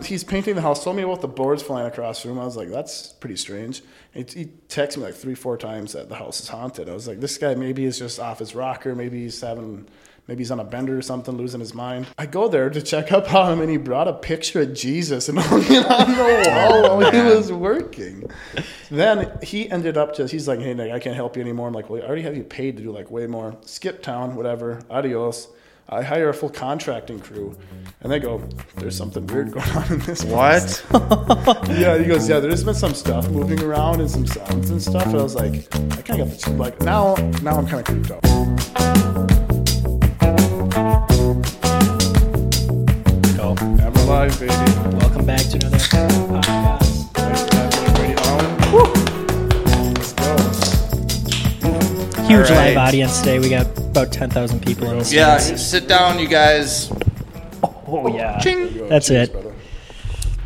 he's painting the house. Told me about the boards flying across the room. I was like, that's pretty strange. And he, he texted me like three, four times that the house is haunted. I was like, this guy maybe is just off his rocker. Maybe he's having, maybe he's on a bender or something, losing his mind. I go there to check up on him, and he brought a picture of Jesus and hung it on the wall while he was working. Then he ended up just, he's like, hey Nick, I can't help you anymore. I'm like, well, I already have you paid to do like way more. Skip town, whatever. Adios. I hire a full contracting crew, and they go, "There's something weird going on in this." place." What? Yeah, he goes, "Yeah, there's been some stuff moving around and some sounds and stuff." And I was like, "I kind of got the like now, now I'm kind of creeped out." Go. I'm alive, baby. Welcome back to another podcast. Thanks for having me, Brady Allen. Let's go. Huge All right. live audience today. We got about 10,000 people in this. Yeah, sit down, you guys. Oh, yeah. Ching. Yo, That's it. brother.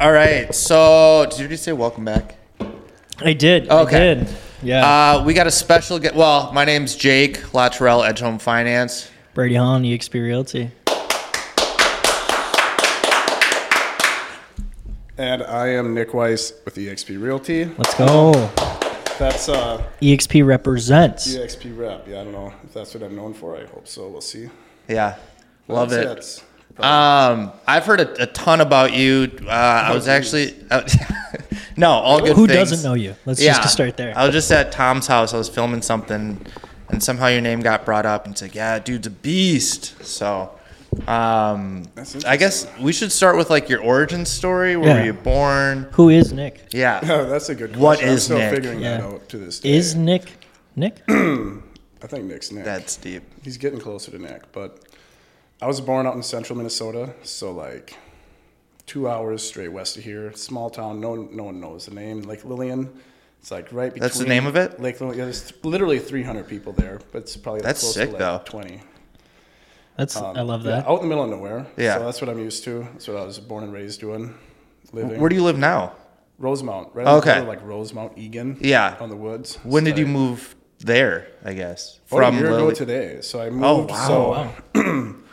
All right. So, did you just say welcome back? I did. Okay. I did. Yeah. Uh, we got a special guest. Well, my name's Jake Latrell, Edge Home Finance. Brady Hahn, EXP Realty. And I am Nick Weiss with EXP Realty. Let's go. That's uh, EXP represents. EXP Rep. Yeah, I don't know if that's what I'm known for. I hope so. We'll see. Yeah, love That's- it. that's- Um, I've heard a, a ton about you. Uh, I was actually no, all good. Who things. Uh, doesn't know you? Let's just start there. I was just at Tom's house. I was filming something, and somehow your name got brought up. And it's like, yeah, dude's a beast. So, um, That's I guess we should start with like your origin story. Where Yeah. were you born? Who is Nick? Yeah. Oh, that's a good. Question. What I'm is still Nick? figuring that Yeah. out to this day. Is Nick Nick? I think Nick's Nick. That's deep. He's getting closer to Nick, but I was born out in central Minnesota, so like two hours straight west of here, small town. No, no one knows the name. Lake Lillian. It's like right between. That's the name of it? Lake Lillian. Yeah, there's literally 300 people there, but it's probably That's close sick, to like though. 20. That's Um, I love Yeah, that. out in the middle of nowhere. Yeah. So that's what I'm used to. That's what I was born and raised doing. Living. Where do you live now? Rosemount, right? on the Okay. border, Like Rosemount, Egan. Yeah. On the woods. When It's did you like- move there? I guess About Oh, a year ago Lilly- Oh, today. So I moved. wow. So Oh, wow.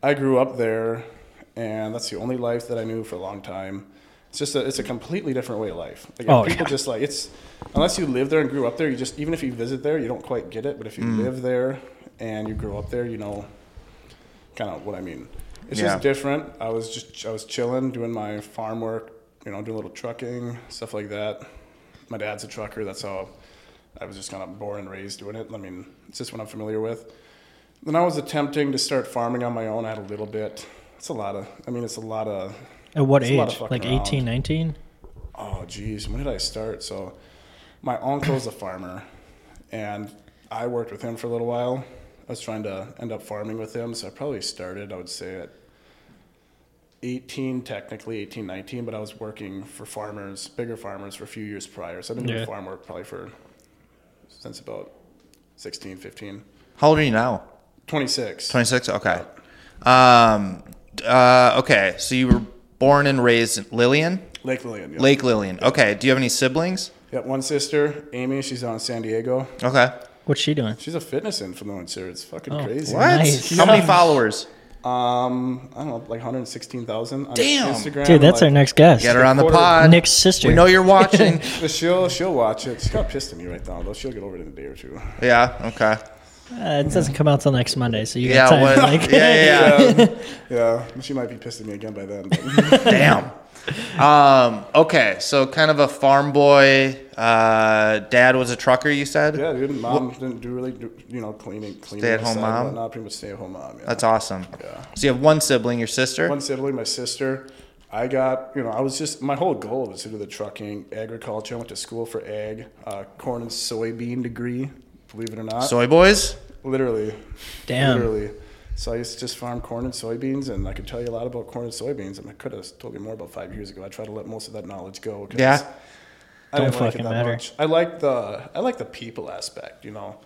I grew up there, and that's the only life that I knew for a long time. It's just a, it's a completely different way of life. Like Oh, people yeah. just like it's unless you live there and grew up there, you just even if you visit there, you don't quite get it. But if you Mm. live there and you grow up there, you know kind of what I mean. It's Yeah. just different. I was just I was chilling, doing my farm work, you know, doing a little trucking, stuff like that. My dad's a trucker, that's how I was just kind of born and raised doing it. I mean, it's just what I'm familiar with. Then I was attempting to start farming on my own. I had a little bit. It's a lot of. I mean, it's a lot of. At what It's a lot age? of fucking Like around. 18, 19? Oh, geez, when did I start? So, my uncle's a farmer, and I worked with him for a little while. I was trying to end up farming with him, so I probably started. I would say at 18 technically 18 19 but i was working for farmers bigger farmers for a few years prior so i've been doing Yeah. farm work probably for since about 16 15 How old are you now? 26 Twenty six. Okay. Um. Uh. Okay. So you were born and raised in Lillian, lake lillian yeah. Lake Lillian. Okay. Do you have any siblings? Got one sister, Amy. She's out in San Diego. Okay. What's she doing? She's a fitness influencer. It's fucking Oh, crazy. What? Nice. How many followers? Um, I don't know, like 116,000 on Damn. Instagram. Dude, that's our like, next guest. Get her on the Quarter. pod. Nick's sister. We know you're watching. But she'll she'll watch it. She got pissed at me right now, though. She'll get over it in a day or two. yeah. Okay. Uh, it doesn't come out till next Monday, so you Yeah. got time. What? Like, yeah. Yeah. yeah. Yeah, yeah. She might be pissed at me again by then. but- Damn. Um, okay, so kind of a farm boy. Uh, dad was a trucker, you said? yeah, dude. Mom didn't do really, do, you know, cleaning, cleaning. Stay-at-home mom? Not pretty much stay at home mom. Yeah. That's awesome. Yeah. So you have one sibling, your sister? one sibling, my sister. I got, you know, I was just, my whole goal was to do the trucking, agriculture. I went to school for ag, uh, corn and soybean degree, believe it or not. Soy boys? literally. Damn. Literally. So I used to just farm corn and soybeans, and I could tell you a lot about corn and soybeans, and I could have told you more about five years ago. I try to let most of that knowledge go. 'cause Yeah. I Don't didn't like it fucking that matter. much. I like the I like the people aspect, you know,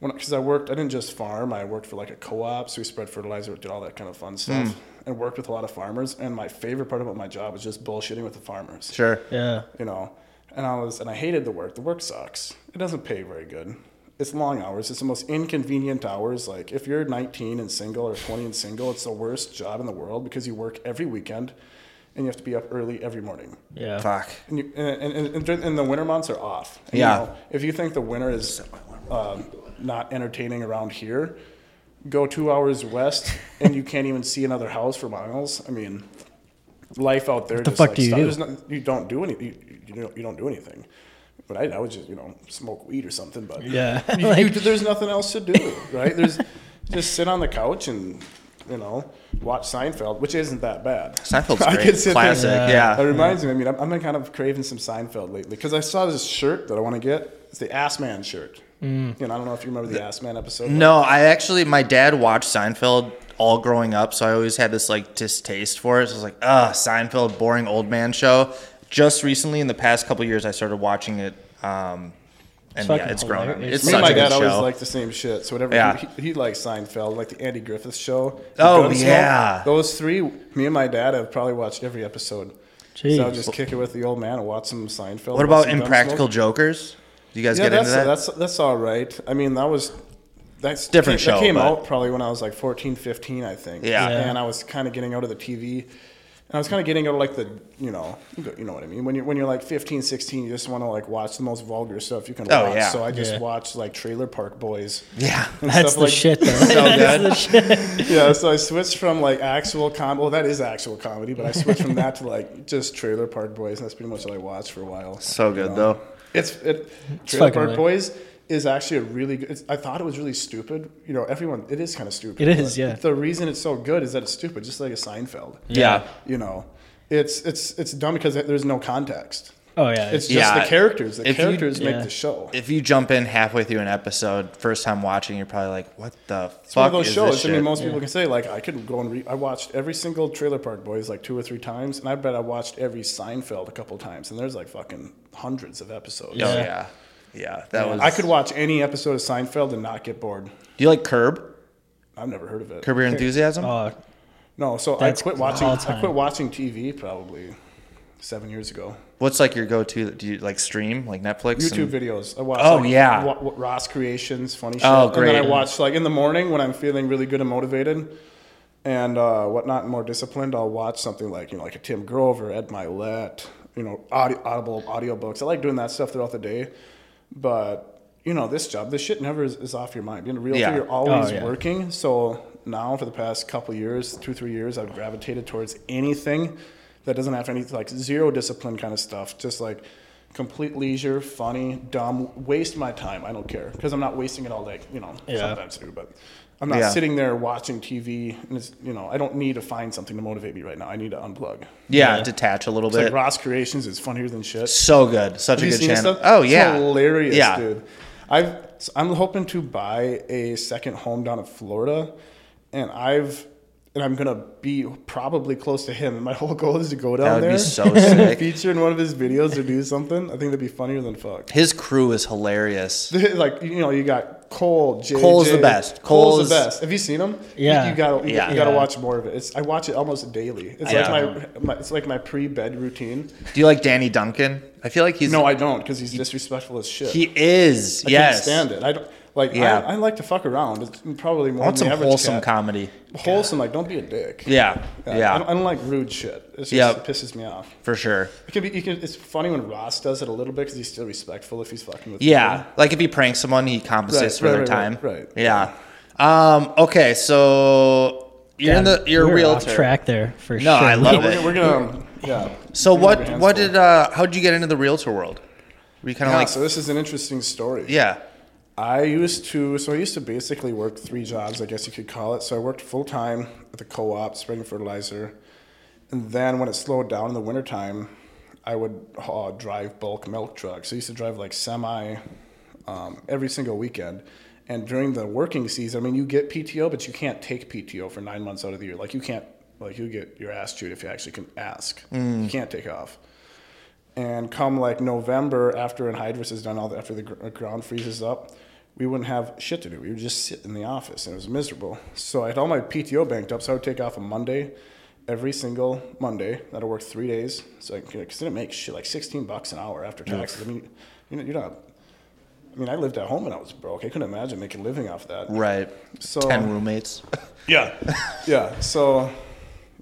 because I worked. I didn't just farm. I worked for like a co-op, so we spread fertilizer, did all that kind of fun stuff, and worked with a lot of farmers. And my favorite part about my job was just bullshitting with the farmers Sure. yeah. you know. And I was, and I hated the work. The work sucks. It doesn't pay very good. It's long hours. It's the most inconvenient hours. Like if you're 19 and single or 20 and single, it's the worst job in the world because you work every weekend, and you have to be up early every morning. Yeah. Fuck. And, you, and, and, and, during- and the winter months are off. And, Yeah. if you think the winter is um, not entertaining around here, go two hours west and you can't even see another house for miles. I mean, life out there. What the fuck do you do? Not, you don't do anything. You, you, don't, you don't do anything. But I, I would just, you know, smoke weed or something. But Yeah, you, you- like- there's nothing else to do, right? There's just sit on the couch and, you know, watch Seinfeld, which isn't that bad. Seinfeld's I great. could sit there- Classic, yeah. It reminds me. I mean, I'm, I'm kind of craving some Seinfeld lately because I saw this shirt that I want to get. It's the Ass Man shirt. You know, I don't know if you remember the Ass Man episode. No, I actually my dad watched Seinfeld all growing up, so I always had this like distaste for it. So I was like, ugh, Seinfeld, boring old man show. Just recently, in the past couple years, I started watching it, um, and It's yeah, fucking it's grown. on me. hilarious. It's Me such and my a good dad always show. liked the same shit. So whatever Yeah. he, he likes Seinfeld, like the Andy Griffith show. Oh, Gunsmoke. yeah. Those three, me and my dad have probably watched every episode. So I'll Jeez. just kick it with the old man and watch some Seinfeld. what watch about some Gunsmoke. Impractical Jokers? Do you guys Yeah, get that's into that? that's that's all right. I mean, that was that's Different that show, came but- out probably when I was like 14, 15, I think. Yeah. Yeah. And I was kind of getting out of the TV. And I was kind of getting out of like the, you know, you know what I mean. When you're when you're like 15, 16, you just want to like watch the most vulgar stuff you can Oh, watch. yeah. So I just Yeah. watched like Trailer Park Boys. yeah, and That's stuff the like- shit, though. good. That's the shit. yeah, so I switched from like actual com. Well, that is actual comedy, but I switched from that to like just Trailer Park Boys, and that's pretty much all I watched for a while. so good though. It's it. Trailer fucking Park lit. Boys is actually a really good. It's, I thought it was really stupid. You know, everyone it is kind of stupid. It is, but yeah. The reason it's so good is that it's stupid, just like a Seinfeld. Yeah. You know, it's it's it's dumb because there's no context. Oh yeah. It's It's, just Uh, Yeah. the characters. The If you- characters make yeah. the show. If you jump in halfway through an episode, first time watching, you're probably like, "What the It's one fuck of those is shows. this I shit?" mean, most people can say like I could go and re- I watched every single Trailer Park Boys like two or three times, and I bet I watched every Seinfeld a couple times, and there's like fucking hundreds of episodes. oh Yeah. yeah, yeah, that was. I could watch any episode of Seinfeld and not get bored. Do you like Curb? I've never heard of it. Curb Your Enthusiasm? oh, No, so That's I quit watching. all I time. quit watching TV probably seven years ago. What's like your go-to? Do you like stream like Netflix? YouTube and- videos. I watch. Oh, like, yeah. Wa- wa- Ross Creations, funny shit. Oh, And then I great. watch like in the morning when I'm feeling really good and motivated, and uh, whatnot, and more disciplined. I'll watch something like you know like a Tim Grover, Ed Milet, you know, audi- Audible audiobooks. I like doing that stuff throughout the day, but. You know this job. This shit never is, is off your mind. Being a realtor, Yeah. you're always Oh, yeah. working. So now, for the past couple years, two three years, I've gravitated towards anything that doesn't have any like zero discipline kind of stuff. Just like complete leisure, funny, dumb, waste my time. I don't care because I'm not wasting it all day. You know, Yeah. sometimes I do, but I'm not Yeah. sitting there watching TV. And it's, you know, I don't need to find something to motivate me right now. I need to unplug. Yeah, Yeah. detach a little It's bit. like Ross Creations is funnier than shit. so good, such Have a you good seen this channel. stuff? Oh It's yeah, hilarious, yeah. dude. I've so I'm hoping to buy a second home down in Florida, and I've and I'm gonna be probably close to him. And my whole goal is to go down That would there, be so sick. feature in one of his videos or do something. I think that'd be funnier than fuck. His crew is hilarious. like you know, you got Cole. JJ. Cole's the best. Cole's the Cole's- best. Have you seen him? Yeah. You, you gotta you, Yeah. gotta Yeah. watch more of it. It's I watch it almost daily. It's Yeah. like my, my it's like my pre bed routine. Do you like Danny Duncan? I feel like he's No, I don't because he's disrespectful as shit. he is. I yes, can't stand it. I don't like. Yeah. I, I like to fuck around. It's probably more. I than want some the average wholesome cat. comedy. Wholesome, like don't be a dick. Yeah, yeah, I, don't, I don't like rude shit. It's just, Yeah. It pisses me off. for sure. It can be. You can, it's funny when Ross does it a little bit because he's still respectful if he's fucking with. Yeah, people. like if he pranks someone, he compensates Right, for their right, right, time. right, right. Yeah. Um. Okay. So you're in the you're a we're off realtor. track there for No, sure. I love it. We're, we're gonna. Yeah. So We're gonna have what our hands what full. did uh how did you get into the realtor world? Were you kind of Yeah, like so this is an interesting story. yeah I used to, so I used to basically work three jobs, I guess you could call it. So I worked full time at the co op, spreading fertilizer. And then when it slowed down in the wintertime, I would uh, drive bulk milk trucks. I used to drive like semi um, every single weekend. And during the working season, I mean, you get PTO, but you can't take PTO for nine months out of the year. Like, you can't, like, you get your ass chewed if you actually can ask. You can't take off and come like November after anhydrous is done, all the, after the gr- ground freezes up, we wouldn't have shit to do. We would just sit in the office, and it was miserable. So I had all my PTO banked up, so I would take off a Monday, every single Monday. That'd work three days, so I could, cause I didn't make shit like sixteen bucks an hour after taxes. I mean, you know, you're not. I mean, I lived at home and I was broke. I couldn't imagine making a living off that. right So ten roommates. yeah. yeah. So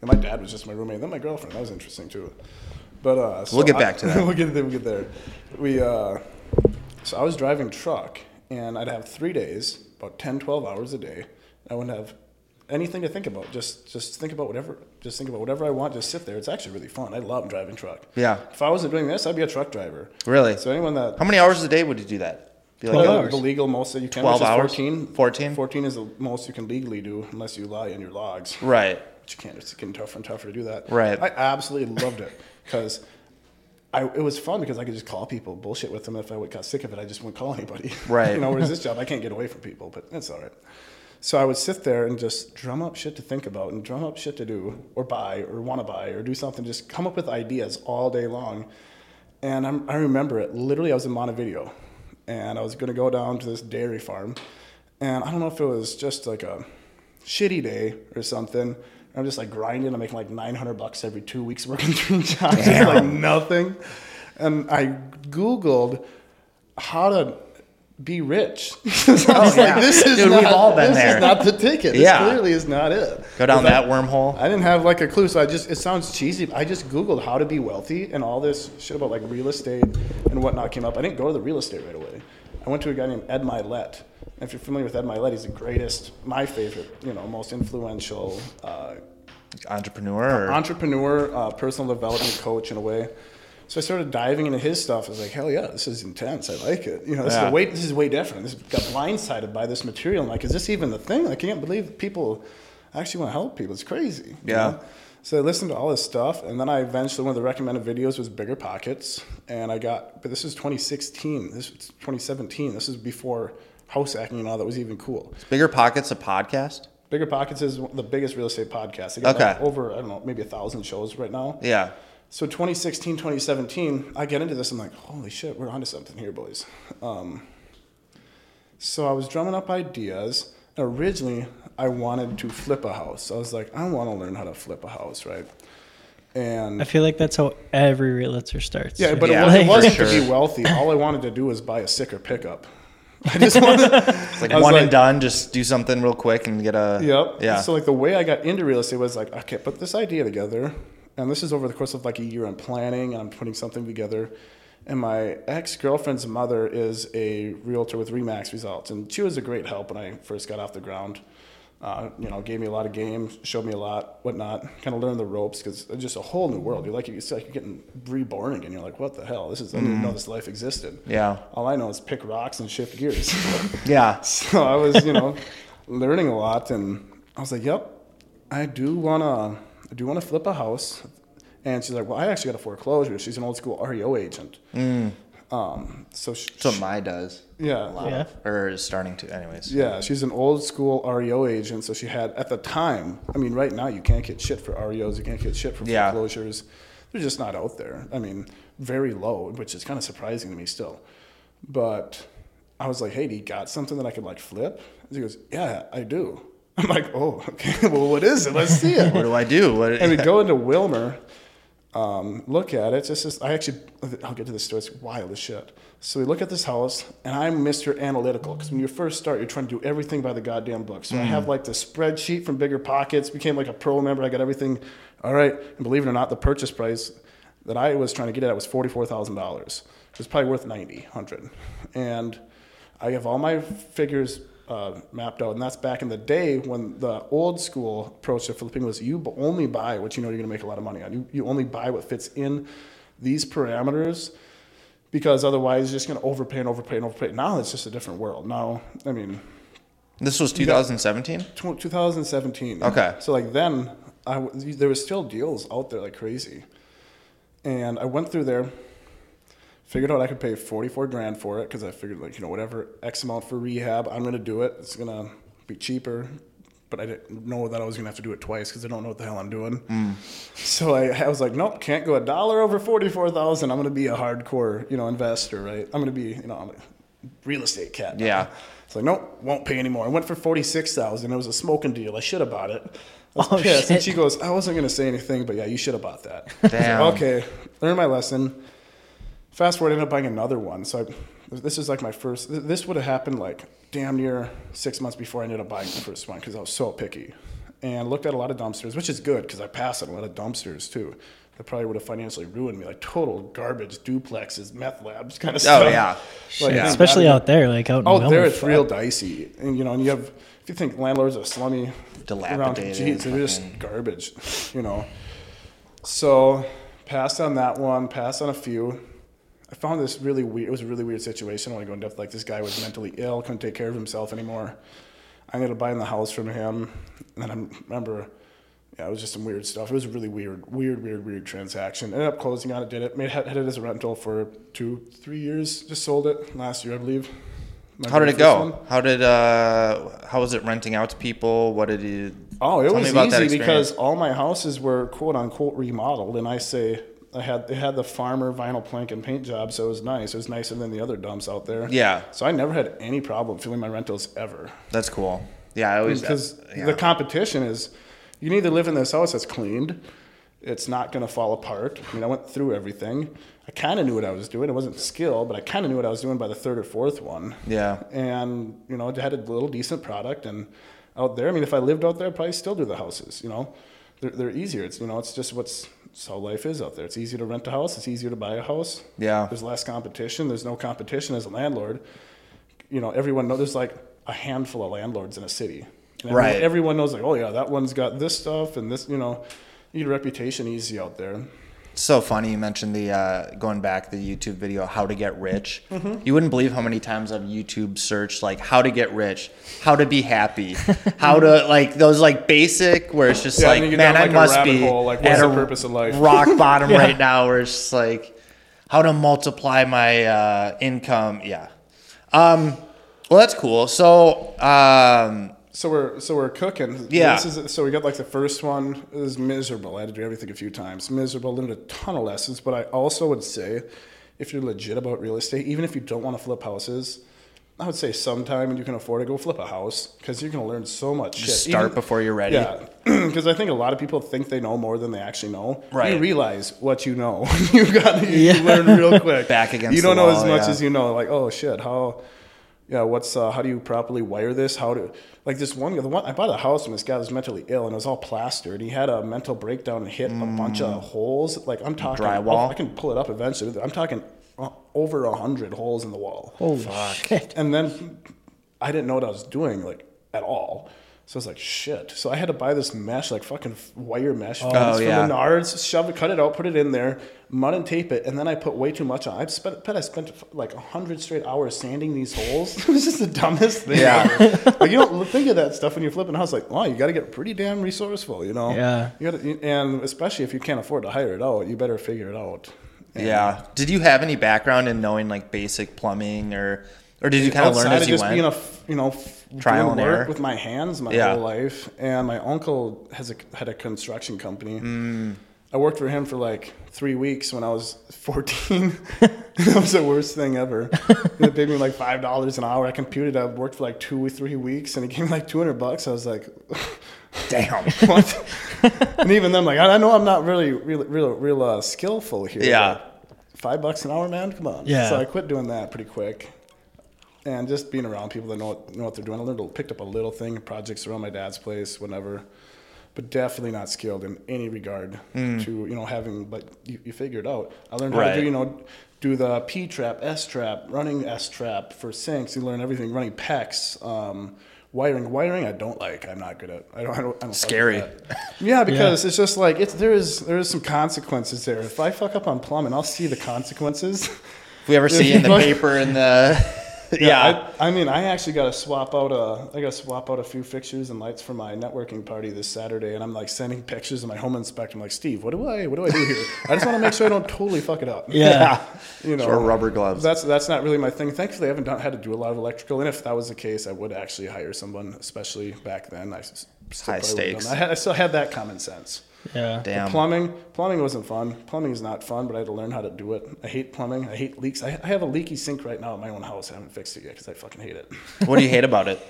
And my dad was just my roommate. Then my girlfriend. That was interesting too. But uh, so We'll get I- back to that. we'll get there. We'll get there. We uh, so I was driving truck, and I'd have three days, about 10, 12 hours a day. I wouldn't have anything to think about. Just just think about whatever. Just think about whatever I want. Just sit there. It's actually really fun. I love driving truck. Yeah. If I wasn't doing this, I'd be a truck driver. Really? So anyone that How many hours a day would you do that? Be well, like, the- hours. The legal most that you can. 12 which is hours? 14. 14? 14 is the most you can legally do unless you lie in your logs. Right. But you can't. It's getting tougher and tougher to do that. Right. I absolutely loved it because I it was fun because I could just call people, bullshit with them. If I would- got sick of it, I just wouldn't call anybody. Right. you know, whereas this job, I can't get away from people, but that's all right. So I would sit there and just drum up shit to think about and drum up shit to do or buy or want to buy or do something. Just come up with ideas all day long. And I'm, I remember it. Literally, I was in Montevideo, and I was going to go down to this dairy farm, and I don't know if it was just like a shitty day or something. I'm just like grinding. I'm making like 900 bucks every two weeks working three jobs, It's like nothing. And I Googled how to be rich. I was like, this is Oh, Dude, not, we've all been this is there. not the ticket. This Yeah. clearly is not it. Go down 'Cause I- that wormhole. I didn't have like a clue, so I just it sounds cheesy. But I just googled how to be wealthy, and all this shit about like real estate and whatnot came up. I didn't go to the real estate right away. I went to a guy named Ed Milet. And if you're familiar with Ed Milet, he's the greatest, my favorite, you know, most influential uh, Entrepreneur. Or, entrepreneur, uh, personal development coach in a way. So I started diving into his stuff. I was like, hell yeah, this is intense. I like it. You know, this Yeah. is way this is way different. This got blindsided by this material. I'm like, is this even the thing? I can't believe people actually want to help people. It's crazy. you Yeah. know? So I listened to all this stuff, and then I eventually one of the recommended videos was Bigger Pockets, and I got. But this is 2016. This was 2017. This is before house hacking and all that was even cool. Bigger Pockets, a podcast? Bigger Pockets is the biggest real estate podcast. They got Okay. like over I don't know maybe a thousand shows right now. Yeah. So 2016, 2017, I get into this. I'm like, holy shit, we're onto something here, boys. Um, so I was drumming up ideas. Originally, I wanted to flip a house. I was like, I want to learn how to flip a house, right? And I feel like that's how every realtor starts. yeah, but Yeah, it, was, it for wasn't to sure. be wealthy. All I wanted to do was buy a sicker pickup. I just wanted, It's like I was one like- and done. Just do something real quick and get a. Yep. Yeah. So like the way I got into real estate was like, okay, put this idea together, and this is over the course of like a year. I'm planning and I'm putting something together. And my ex girlfriend's mother is a realtor with Remax results, and she was a great help when I first got off the ground. Uh, you know, gave me a lot of game, showed me a lot, whatnot. Kind of learned the ropes because it's just a whole new world. You're like, it's like you're getting reborn again. You're like, what the hell? This is I didn't even know this life existed. Mm. Yeah. All I know is pick rocks and shift gears. yeah. So I was, you know, learning a lot, and I was like, "Yep, I do wanna, I do wanna flip a house." And she's like, "Well, I actually got a foreclosure." She's an old school REO agent. Um, so she, That's what my does. yeah, Yeah. Or is starting to, anyways. yeah, she's an old school REO agent. So she had at the time. I mean, right now you can't get shit for REOs. You can't get shit for Yeah. foreclosures. They're just not out there. I mean, very low, which is kind of surprising to me still. But I was like, "Hey, do you got something that I could like flip?" And she goes, "Yeah, I do." I'm like, "Oh, okay. Well, what is it? Let's see it." What do I do? What, and we go into Wilmer, um, look at it. It's just, I actually, I'll get to this story. It's wild as shit. So we look at this house, and I'm Mr. Analytical because when you first start, you're trying to do everything by the goddamn book. So I have like the spreadsheet from Bigger Pockets, became like a pro member. I got everything. All right. And believe it or not, the purchase price that I was trying to get at was $44,000. It was probably worth 90, 100. And I have all my figures uh, mapped out, and that's back in the day when the old school approach to flipping was you b- only buy what you know you're going to make a lot of money on. You, you only buy what fits in these parameters because otherwise you're just going to overpay and overpay and overpay. Now it's just a different world. Now, I mean, this was 2017? tw- 2017. Okay. So like then, I w- there was still deals out there like crazy, and I went through there, figured out I could pay 44 grand for it because I figured like you know whatever X amount for rehab, I'm gonna do it. It's gonna be cheaper, but I didn't know that I was gonna have to do it twice because I don't know what the hell I'm doing. Mm. So I, I was like, nope, can't go a dollar over 44,000. I'm gonna be a hardcore you know investor, right? I'm gonna be you know I'm a real estate cat. now. Yeah. It's like, nope, won't pay anymore. I went for forty six thousand. It was a smoking deal. I should have bought it. I was Oh, pissed. And shit. she goes, I wasn't gonna say anything, but yeah, you should have bought that. I was like, Damn. okay, learned my lesson. Fast forward, I ended up buying another one. So I, this is like my first. th- This would have happened like damn near six months before I ended up buying the first one because I was so picky. and looked at a lot of dumpsters, which is good because I pass at a lot of dumpsters too. That probably would have financially ruined me, like total garbage duplexes, meth labs, kind of stuff. Oh, yeah. Like, Yeah, man, especially that'd out there, like out in out Oh, there Wilmer, it's fuck. real dicey and you know and you have if you think landlords are slummy around Dilapidated, geez, they're just garbage you know so passed on that one passed on a few i found this really weird it was a really weird situation i want to go in depth like this guy was mentally ill couldn't take care of himself anymore i ended up buying the house from him and then i remember yeah, it was just some weird stuff. It was a really weird, weird, weird, weird transaction. Ended up closing on it, did it, made had, had it as a rental for two, three years. Just sold it last year, I believe. My How did very it first one. go? How did uh how was it renting out to people? What did you Oh, it Tell me was about that easy experience. because all my houses were quote unquote remodeled, and I say I had they had the farmer vinyl plank and paint job, so it was nice. It was nicer than the other dumps out there. Yeah. So I never had any problem filling my rentals ever That's cool. Yeah, I always because yeah. the competition is you need to live in this house that's cleaned. It's not going to fall apart. I mean, I went through everything. I kind of knew what I was doing. It wasn't skill, but I kind of knew what I was doing by the third or fourth one. Yeah. And, you know, I had a little decent product. And out there, I mean, if I lived out there, I'd probably still do the houses, you know. They're, they're easier. It's, you know, it's just what's it's how life is out there. It's easier to rent a house. It's easier to buy a house. Yeah. There's less competition. There's no competition as a landlord you know, everyone knows there's like a handful of landlords in a city. And everyone- Right. Everyone knows like, oh yeah, that one's got this stuff and this, you know, you get a reputation easy out there. so funny you mentioned the uh, going back the YouTube video how to get rich. Mm-hmm. You wouldn't believe how many times I've YouTube searched like how to get rich, how to be happy, how to like those like basic where it's just Yeah, like and you get man down, like, I a must rabbit be hole, like, what's at the a purpose of life? rock bottom right now where it's just like how to multiply my uh, income. Yeah. Um, well, that's cool. So um, So we're so we're cooking. Yeah. This is, so we got like the first one it was miserable. I had to do everything a few times. Miserable, learned a ton of lessons. But I also would say, if you're legit about real estate, even if you don't want to flip houses, I would say sometime when you can afford to go flip a house because you're gonna learn so much. Just shit. start before you're ready. Yeah, because I think a lot of people think they know more than they actually know. Right. You realize what you know. you got to you learn real quick. Back against You don't the know wall, as much yeah. as you know. Like oh shit, how yeah, what's uh, how do you properly wire this? How do like this one? The one I bought a house when this guy was mentally ill and it was all plastered. He had a mental breakdown and hit a bunch of holes. Like I'm talking Mm. Drywall? I can pull it up eventually. I'm talking uh, over a hundred holes in the wall Holy shit! and then I didn't know what I was doing like at all. So I was like, shit. So I had to buy this mesh, like fucking wire mesh fence Oh, from yeah. Menards, shove it, cut it out, put it in there, mud and tape it, and then I put way too much on. I spent, bet I spent like hundred straight hours sanding these holes. it was just the dumbest thing. Yeah. ever. like you don't think of that stuff when you're flipping a house. Like, wow, you got to get pretty damn resourceful, you know? Yeah. You gotta, and especially if you can't afford to hire it out, you better figure it out. And Yeah. Did you have any background in knowing like basic plumbing or or did you kind of outside learn as of you just went? being a f- you know f- Trial doing and work error. with my hands my Yeah. whole life and my uncle has a, had a construction company Mm. i worked for him for like three weeks when i was 14 that was the worst thing ever they paid me like five dollars an hour i computed i worked for like two or three weeks and he gave me like 200 bucks i was like Damn. what and even then like i I know i'm not really real real real uh, skillful here Yeah. but five bucks an hour man come on Yeah. so i quit doing that pretty quick and just being around people that know what, know what they're doing. I learned, picked up a little thing, projects around my dad's place, whatever. But definitely not skilled in any regard to you know having. But you, you figure it out. I learned how Mm. Right. to do you know do the P trap, S trap, running S trap for sinks. You learn everything. Running pecs, um, wiring, wiring. I don't like. I'm not good at. I don't. I don't, I don't fuck with Scary. that. Yeah, because it's just like it's there is there is some consequences there. If I fuck up on plumbing, I'll see the consequences. If we ever see in the paper in the yeah, I, I mean, I actually got to swap out a, I got to swap out a few fixtures and lights for my networking party this Saturday, and I'm like sending pictures to my home inspector. I'm like, Steve, what do I, what do I do here? I just want to make sure I don't totally fuck it up. Yeah. you know, Or rubber gloves. That's that's not really my thing. Thankfully, I haven't done, had to do a lot of electrical, and if that was the case, I would actually hire someone, especially back then. I s- still High probably would've done stakes. that. I, had, I still had that common sense. Yeah. The Damn. plumbing, plumbing wasn't fun. Plumbing is not fun, but I had to learn how to do it. I hate plumbing. I hate leaks. I, I have a leaky sink right now at my own house. I haven't fixed it yet because I fucking hate it. what do you hate about it?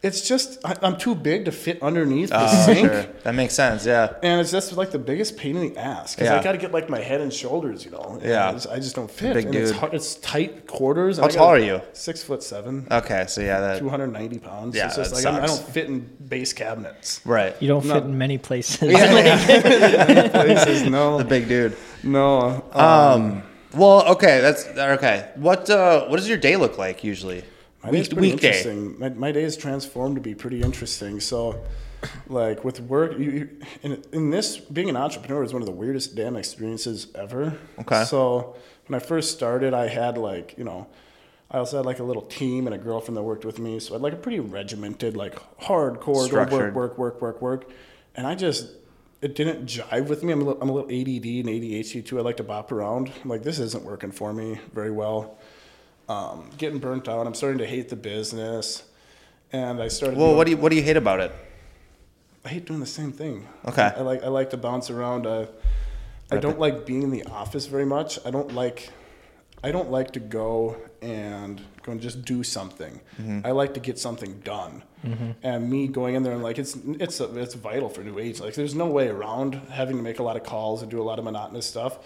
It's just I, I'm too big to fit underneath the Oh, sink. sure. That makes sense. Yeah. And it's just like the biggest pain in the ass because Yeah. I got to get like my head and shoulders, you know. and Yeah. I just, I just don't fit. big and it's dude. hard, it's tight quarters. and How I tall gotta- are you? Six foot seven, Okay. So yeah, two that hundred ninety pounds. Yeah, it's just that like I'm- I sucks. don't fit in base cabinets. right. You don't fit No. in many places. Places, no, The big dude. no. Um. Well, okay. That's okay. What uh What does your day look like usually? My day's Week- pretty weekday. interesting. My, my day is transformed to be pretty interesting. So, like with work, you, you in, in this being an entrepreneur is one of the weirdest damn experiences ever. Okay. So when I first started, I had like you know, I also had like a little team and a girlfriend that worked with me. So I had like a pretty regimented, like hardcore go Structured. work, work, work, work, work, and I just. It didn't jive with me. I'm a, little, I'm a little ADD and ADHD too. I like to bop around. I'm like, this isn't working for me very well um, getting burnt out. I'm starting to hate the business, and I started. Well, doing- what do you What do you hate about it? I hate doing the same thing. Okay. I like I like to bounce around. Uh, I don't like being in the office very much. I don't like I don't like to go and go and just do something. Mm-hmm. I like to get something done. And me going in there and like it's it's a, it's vital for new age. Like there's no way around having to make a lot of calls and do a lot of monotonous stuff.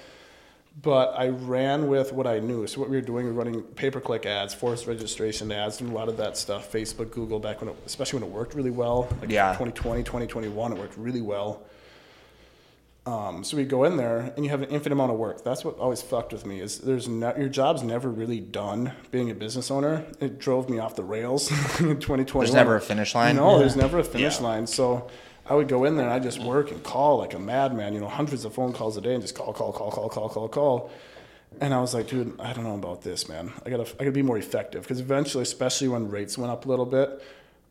But I ran with what I knew. So what we were doing, we were running pay-per-click ads, forced registration ads, and a lot of that stuff. Facebook, Google, back when, it, especially when it worked really well, like Yeah. 2020, 2021, it worked really well. Um, so we go in there, and you have an infinite amount of work. That's what always fucked with me is there's no, your job's never really done. Being a business owner, it drove me off the rails in 2021. There's never a finish line? No, there's never a finish Yeah. line. So I would go in there and I just work and call like a madman. You know, hundreds of phone calls a day, and just call, call, call, call, call, call, call. And I was like, dude, I don't know about this, man. I gotta, I gotta be more effective because eventually, especially when rates went up a little bit,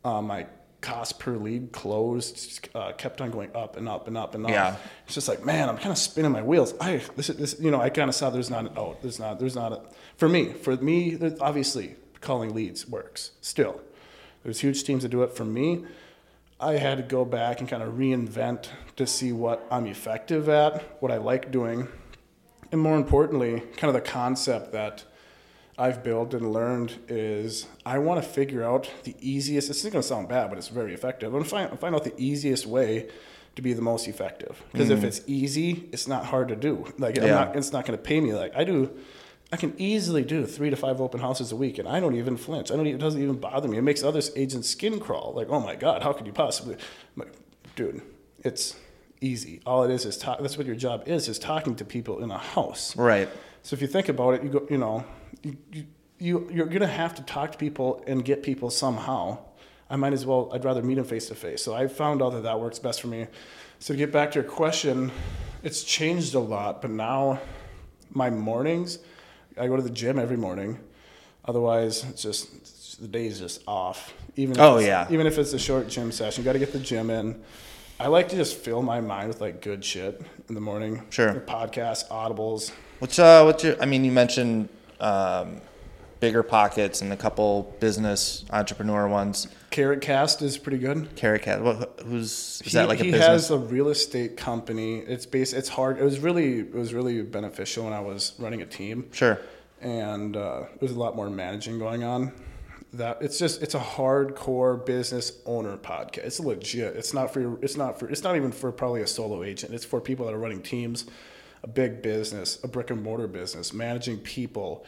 uh, my cost per lead closed uh, kept on going up and up and up and up. Yeah. It's just like, man, I'm kind of spinning my wheels. I this, is- this you know, I kind of saw there's not an out, there's not, there's not a for me, for me, there's- obviously calling leads works still. There's huge teams that do it. For me, I had to go back and kind of reinvent to see what I'm effective at, what I like doing, and more importantly, kind of the concept that I've built and learned is I want to figure out the easiest. This is going to sound bad, but it's very effective. I'm going to find, find out the easiest way to be the most effective. Because if it's easy, it's not hard to do. Like I'm Yeah. not, it's not going to pay me. Like I do, I can easily do three to five open houses a week, and I don't even flinch. I don't. Even, it doesn't even bother me. It makes other agents' skin crawl. Like, oh my god, how could you possibly? I'm like, dude, it's easy. All it is is talk. That's what your job is: is talking to people in a house. Right. So if you think about it, you go, you know, you, you- you you're gonna have to talk to people and get people somehow. I might as well. I'd rather meet them face to face. So I found out that that works best for me. So to get back to your question, it's changed a lot, but now my mornings, I go to the gym every morning. Otherwise, it's just it's- the day's just off. Even if Oh, it's- yeah. even if it's a short gym session, you got to get the gym in. I like to just fill my mind with like good shit in the morning. Sure. Podcasts, audibles, What's uh What's your I mean, you mentioned um, bigger pockets and a couple business entrepreneur ones. Carrot Cast is pretty good. Carrot Cat. What, who's is he, that like a he business? has a real estate company. It's based. It's hard. It was really. It was really beneficial when I was running a team. sure. And uh, there's a lot more managing going on. That it's just it's a hardcore business owner podcast. It's legit. It's not for your. It's not for. It's not even for probably a solo agent. It's for people that are running teams, a big business, a brick and mortar business, managing people.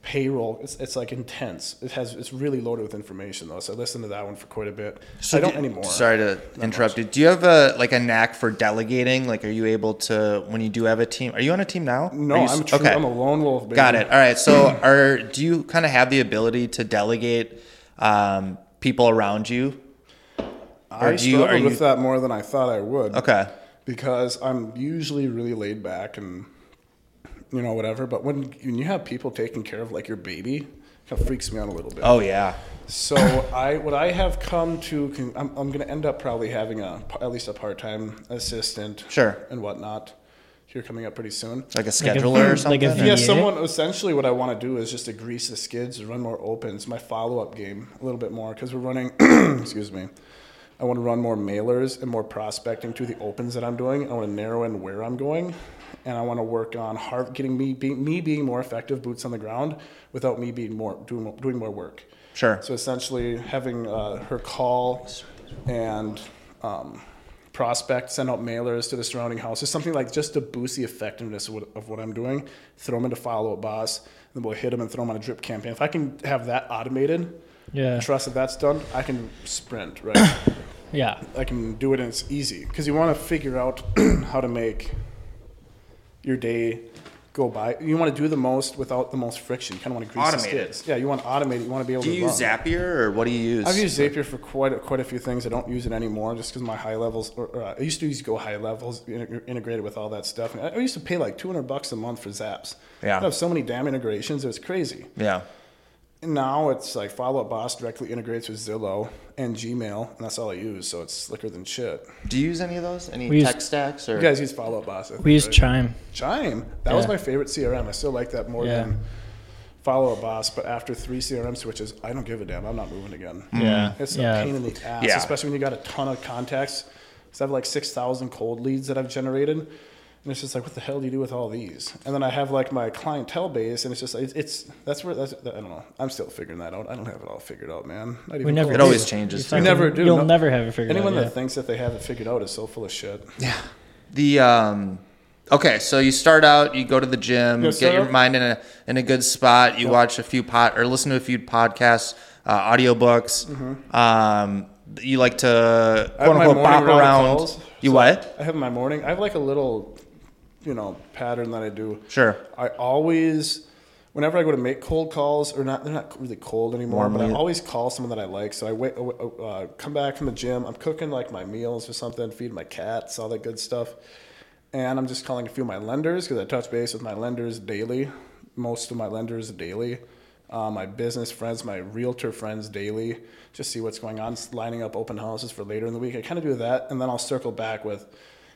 Payroll, it's, it's like intense. It has it's really loaded with information though. So I listened to that one for quite a bit. I don't do- anymore. Sorry to interrupt you. Do you have a like a knack for delegating? Like, are you able to when you do have a team? Are you on a team now? No, Are you s- I'm true. I'm a lone wolf. Baby. Got it. All right. So, are do you kind of have the ability to delegate um, people around you? I Or do you- are struggled you- with that more than I thought I would. Okay. Because I'm usually really laid back and you know whatever, but when, when you have people taking care of like your baby, it kind of freaks me out a little bit. Oh yeah. So I what I have come to con- I'm I'm going to end up probably having a at least a part time assistant. Sure. And whatnot. Here coming up pretty soon. Like a Like a- scheduler or like something. a or- VA? Yeah, someone essentially what I want to do is just to grease the skids, run more opens, my follow up game a little bit more because we're running. excuse me. I want to run more mailers and more prospecting to the opens that I'm doing. I want to narrow in where I'm going and I want to work on har- getting me be- me being more effective, boots on the ground, without me being more doing more, doing more work. Sure. So essentially, having uh, her call and um, prospect, send out mailers to the surrounding houses, something like just to boost the effectiveness of what, of what I'm doing. Throw them into follow up boss, and then we'll hit them and throw them on a drip campaign. If I can have that automated, Yeah. trust that that's done, I can sprint right. Yeah. I can do it and it's easy because you want to figure out how to make your day go by. You want to do the most without the most friction. You kind of want to grease Automate the it. skids. Yeah, you want to automate. it. You want to be able Do to you use run. Zapier or what do you use? I've used Zapier for quite a, quite a few things. I don't use it anymore just because my high levels. Or, or, uh, I used to use Go High levels in- integrated with all that stuff. And I I used to pay like two hundred bucks a month for Zaps. Yeah. I have so many damn integrations. It's crazy. Yeah. And now it's like Follow Up Boss directly integrates with Zillow and Gmail, and that's all I use. So it's slicker than shit. Do you use any of those? Any We use- tech stacks or? You guys use Follow Up Boss. I think, We use right? Chime. Chime. That was Yeah. my favorite CRM. I still like that more Yeah. than Follow Up Boss. But after three CRM switches, I don't give a damn. I'm not moving again. Yeah. It's Yeah. a pain in the ass, Mm. Yeah. especially when you got a ton of contacts. Because I have like 6,000 cold leads that I've generated. And it's just like, what the hell do you do with all these? And then I have like my clientele base, and it's just, it's, it's that's where, that's, I don't know. I'm still figuring that out. I don't have it all figured out, man. Not even We never close. It always do. changes. You're You never do. You'll No- never have it figured Anyone out. that thinks that they have it figured out is so full of shit. Yeah. The um okay, so you start out, you go to the gym, Yes, get sir. your mind in a in a good spot, you watch a few pot or listen to a few podcasts, uh, audiobooks. Um you like to Mm-hmm. I have quote my unquote morning bop round of around. calls. You So what? I have my morning. I have like a little, you know, pattern that I do. Sure. I always, whenever I go to make cold calls, or not, they're not really cold anymore, but Warmly. I always call someone that I like. So I wait, uh, come back from the gym. I'm cooking like my meals or something, feed my cats, all that good stuff. And I'm just calling a few of my lenders because I touch base with my lenders daily, most of my lenders daily. Uh, my business friends, my realtor friends daily, just see what's going on, s- lining up open houses for later in the week. I kind of do that, and then I'll circle back with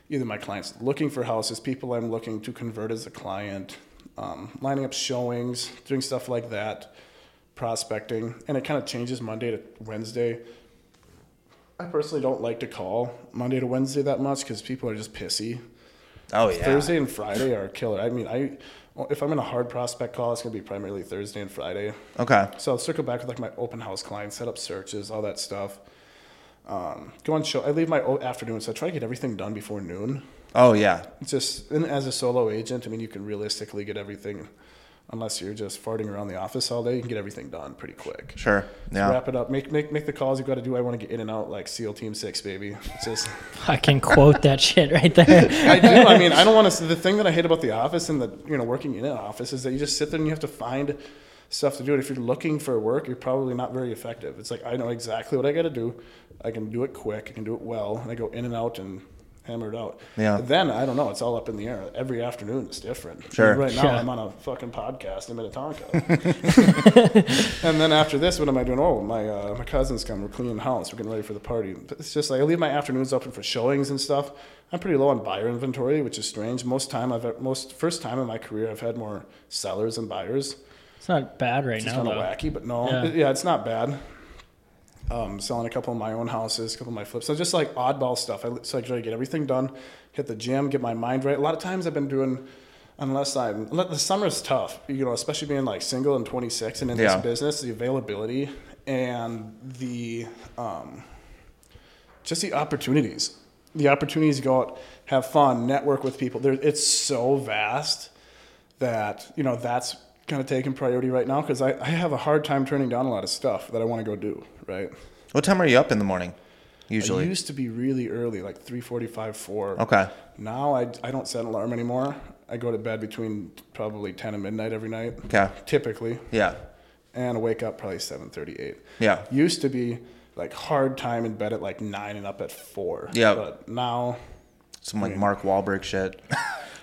either my clients looking for houses, people I'm looking to convert as a client, um, lining up showings, doing stuff like that, prospecting, and it kind of changes Monday to Wednesday. I personally don't like to call Monday to Wednesday that much because people are just pissy. Oh yeah. Thursday and Friday are killer. I mean, I if I'm in a hard prospect call, it's gonna be primarily Thursday and Friday. Okay. So I'll circle back with like my open house clients, set up searches, all that stuff. Um, go on show. I leave my o- afternoon, so I try to get everything done before noon. Oh yeah. It's just and as a solo agent, I mean, you can realistically get everything, unless you're just farting around the office all day. You can get everything done pretty quick. Sure. Just Yeah. Wrap it up. Make make make the calls you got to do. I want to get in and out like SEAL Team Six, baby. It's just. I can quote that shit right there. I do. I mean, I don't want to. The thing that I hate about the office and the you know working in an office is that you just sit there and you have to find stuff to do. And if you're looking for work, you're probably not very effective. It's like I know exactly what I got to do. I can do it quick. I can do it well. And I go in and out and hammer it out. Yeah. Then I don't know. It's all up in the air. Every afternoon is different. Sure. Right now Yeah. I'm on a fucking podcast in Minnetonka. and then after this, what am I doing? Oh, my uh, my cousins come. We're cleaning house. We're getting ready for the party. But It's just like I leave my afternoons open for showings and stuff. I'm pretty low on buyer inventory, which is strange. Most time I've e-, most first time in my career I've had more sellers than buyers. It's not bad right It's now. kind of though. wacky, but no, Yeah. yeah. it's not bad. Um, selling a couple of my own houses, a couple of my flips. So just like oddball stuff. I, so I try to get everything done, hit the gym, get my mind right. A lot of times I've been doing, unless I'm, unless, the summer's tough, you know, especially being like single and 26 and in Yeah. this business, the availability and the, um, just the opportunities. The opportunities to go out, have fun, network with people. There, it's so vast that you know that's kind of taking priority right now because I, I have a hard time turning down a lot of stuff that I want to go do. Right. What time are you up in the morning? I Usually. used to be really early, like three forty-five, four. Okay. Now I, I don't set an alarm anymore. I go to bed between probably ten and midnight every night. Okay. Typically, Yeah. and I wake up probably seven thirty-eight. Yeah. Used to be like hard time in bed at like nine and up at four. Yeah. But now Some like Mark Wahlberg shit.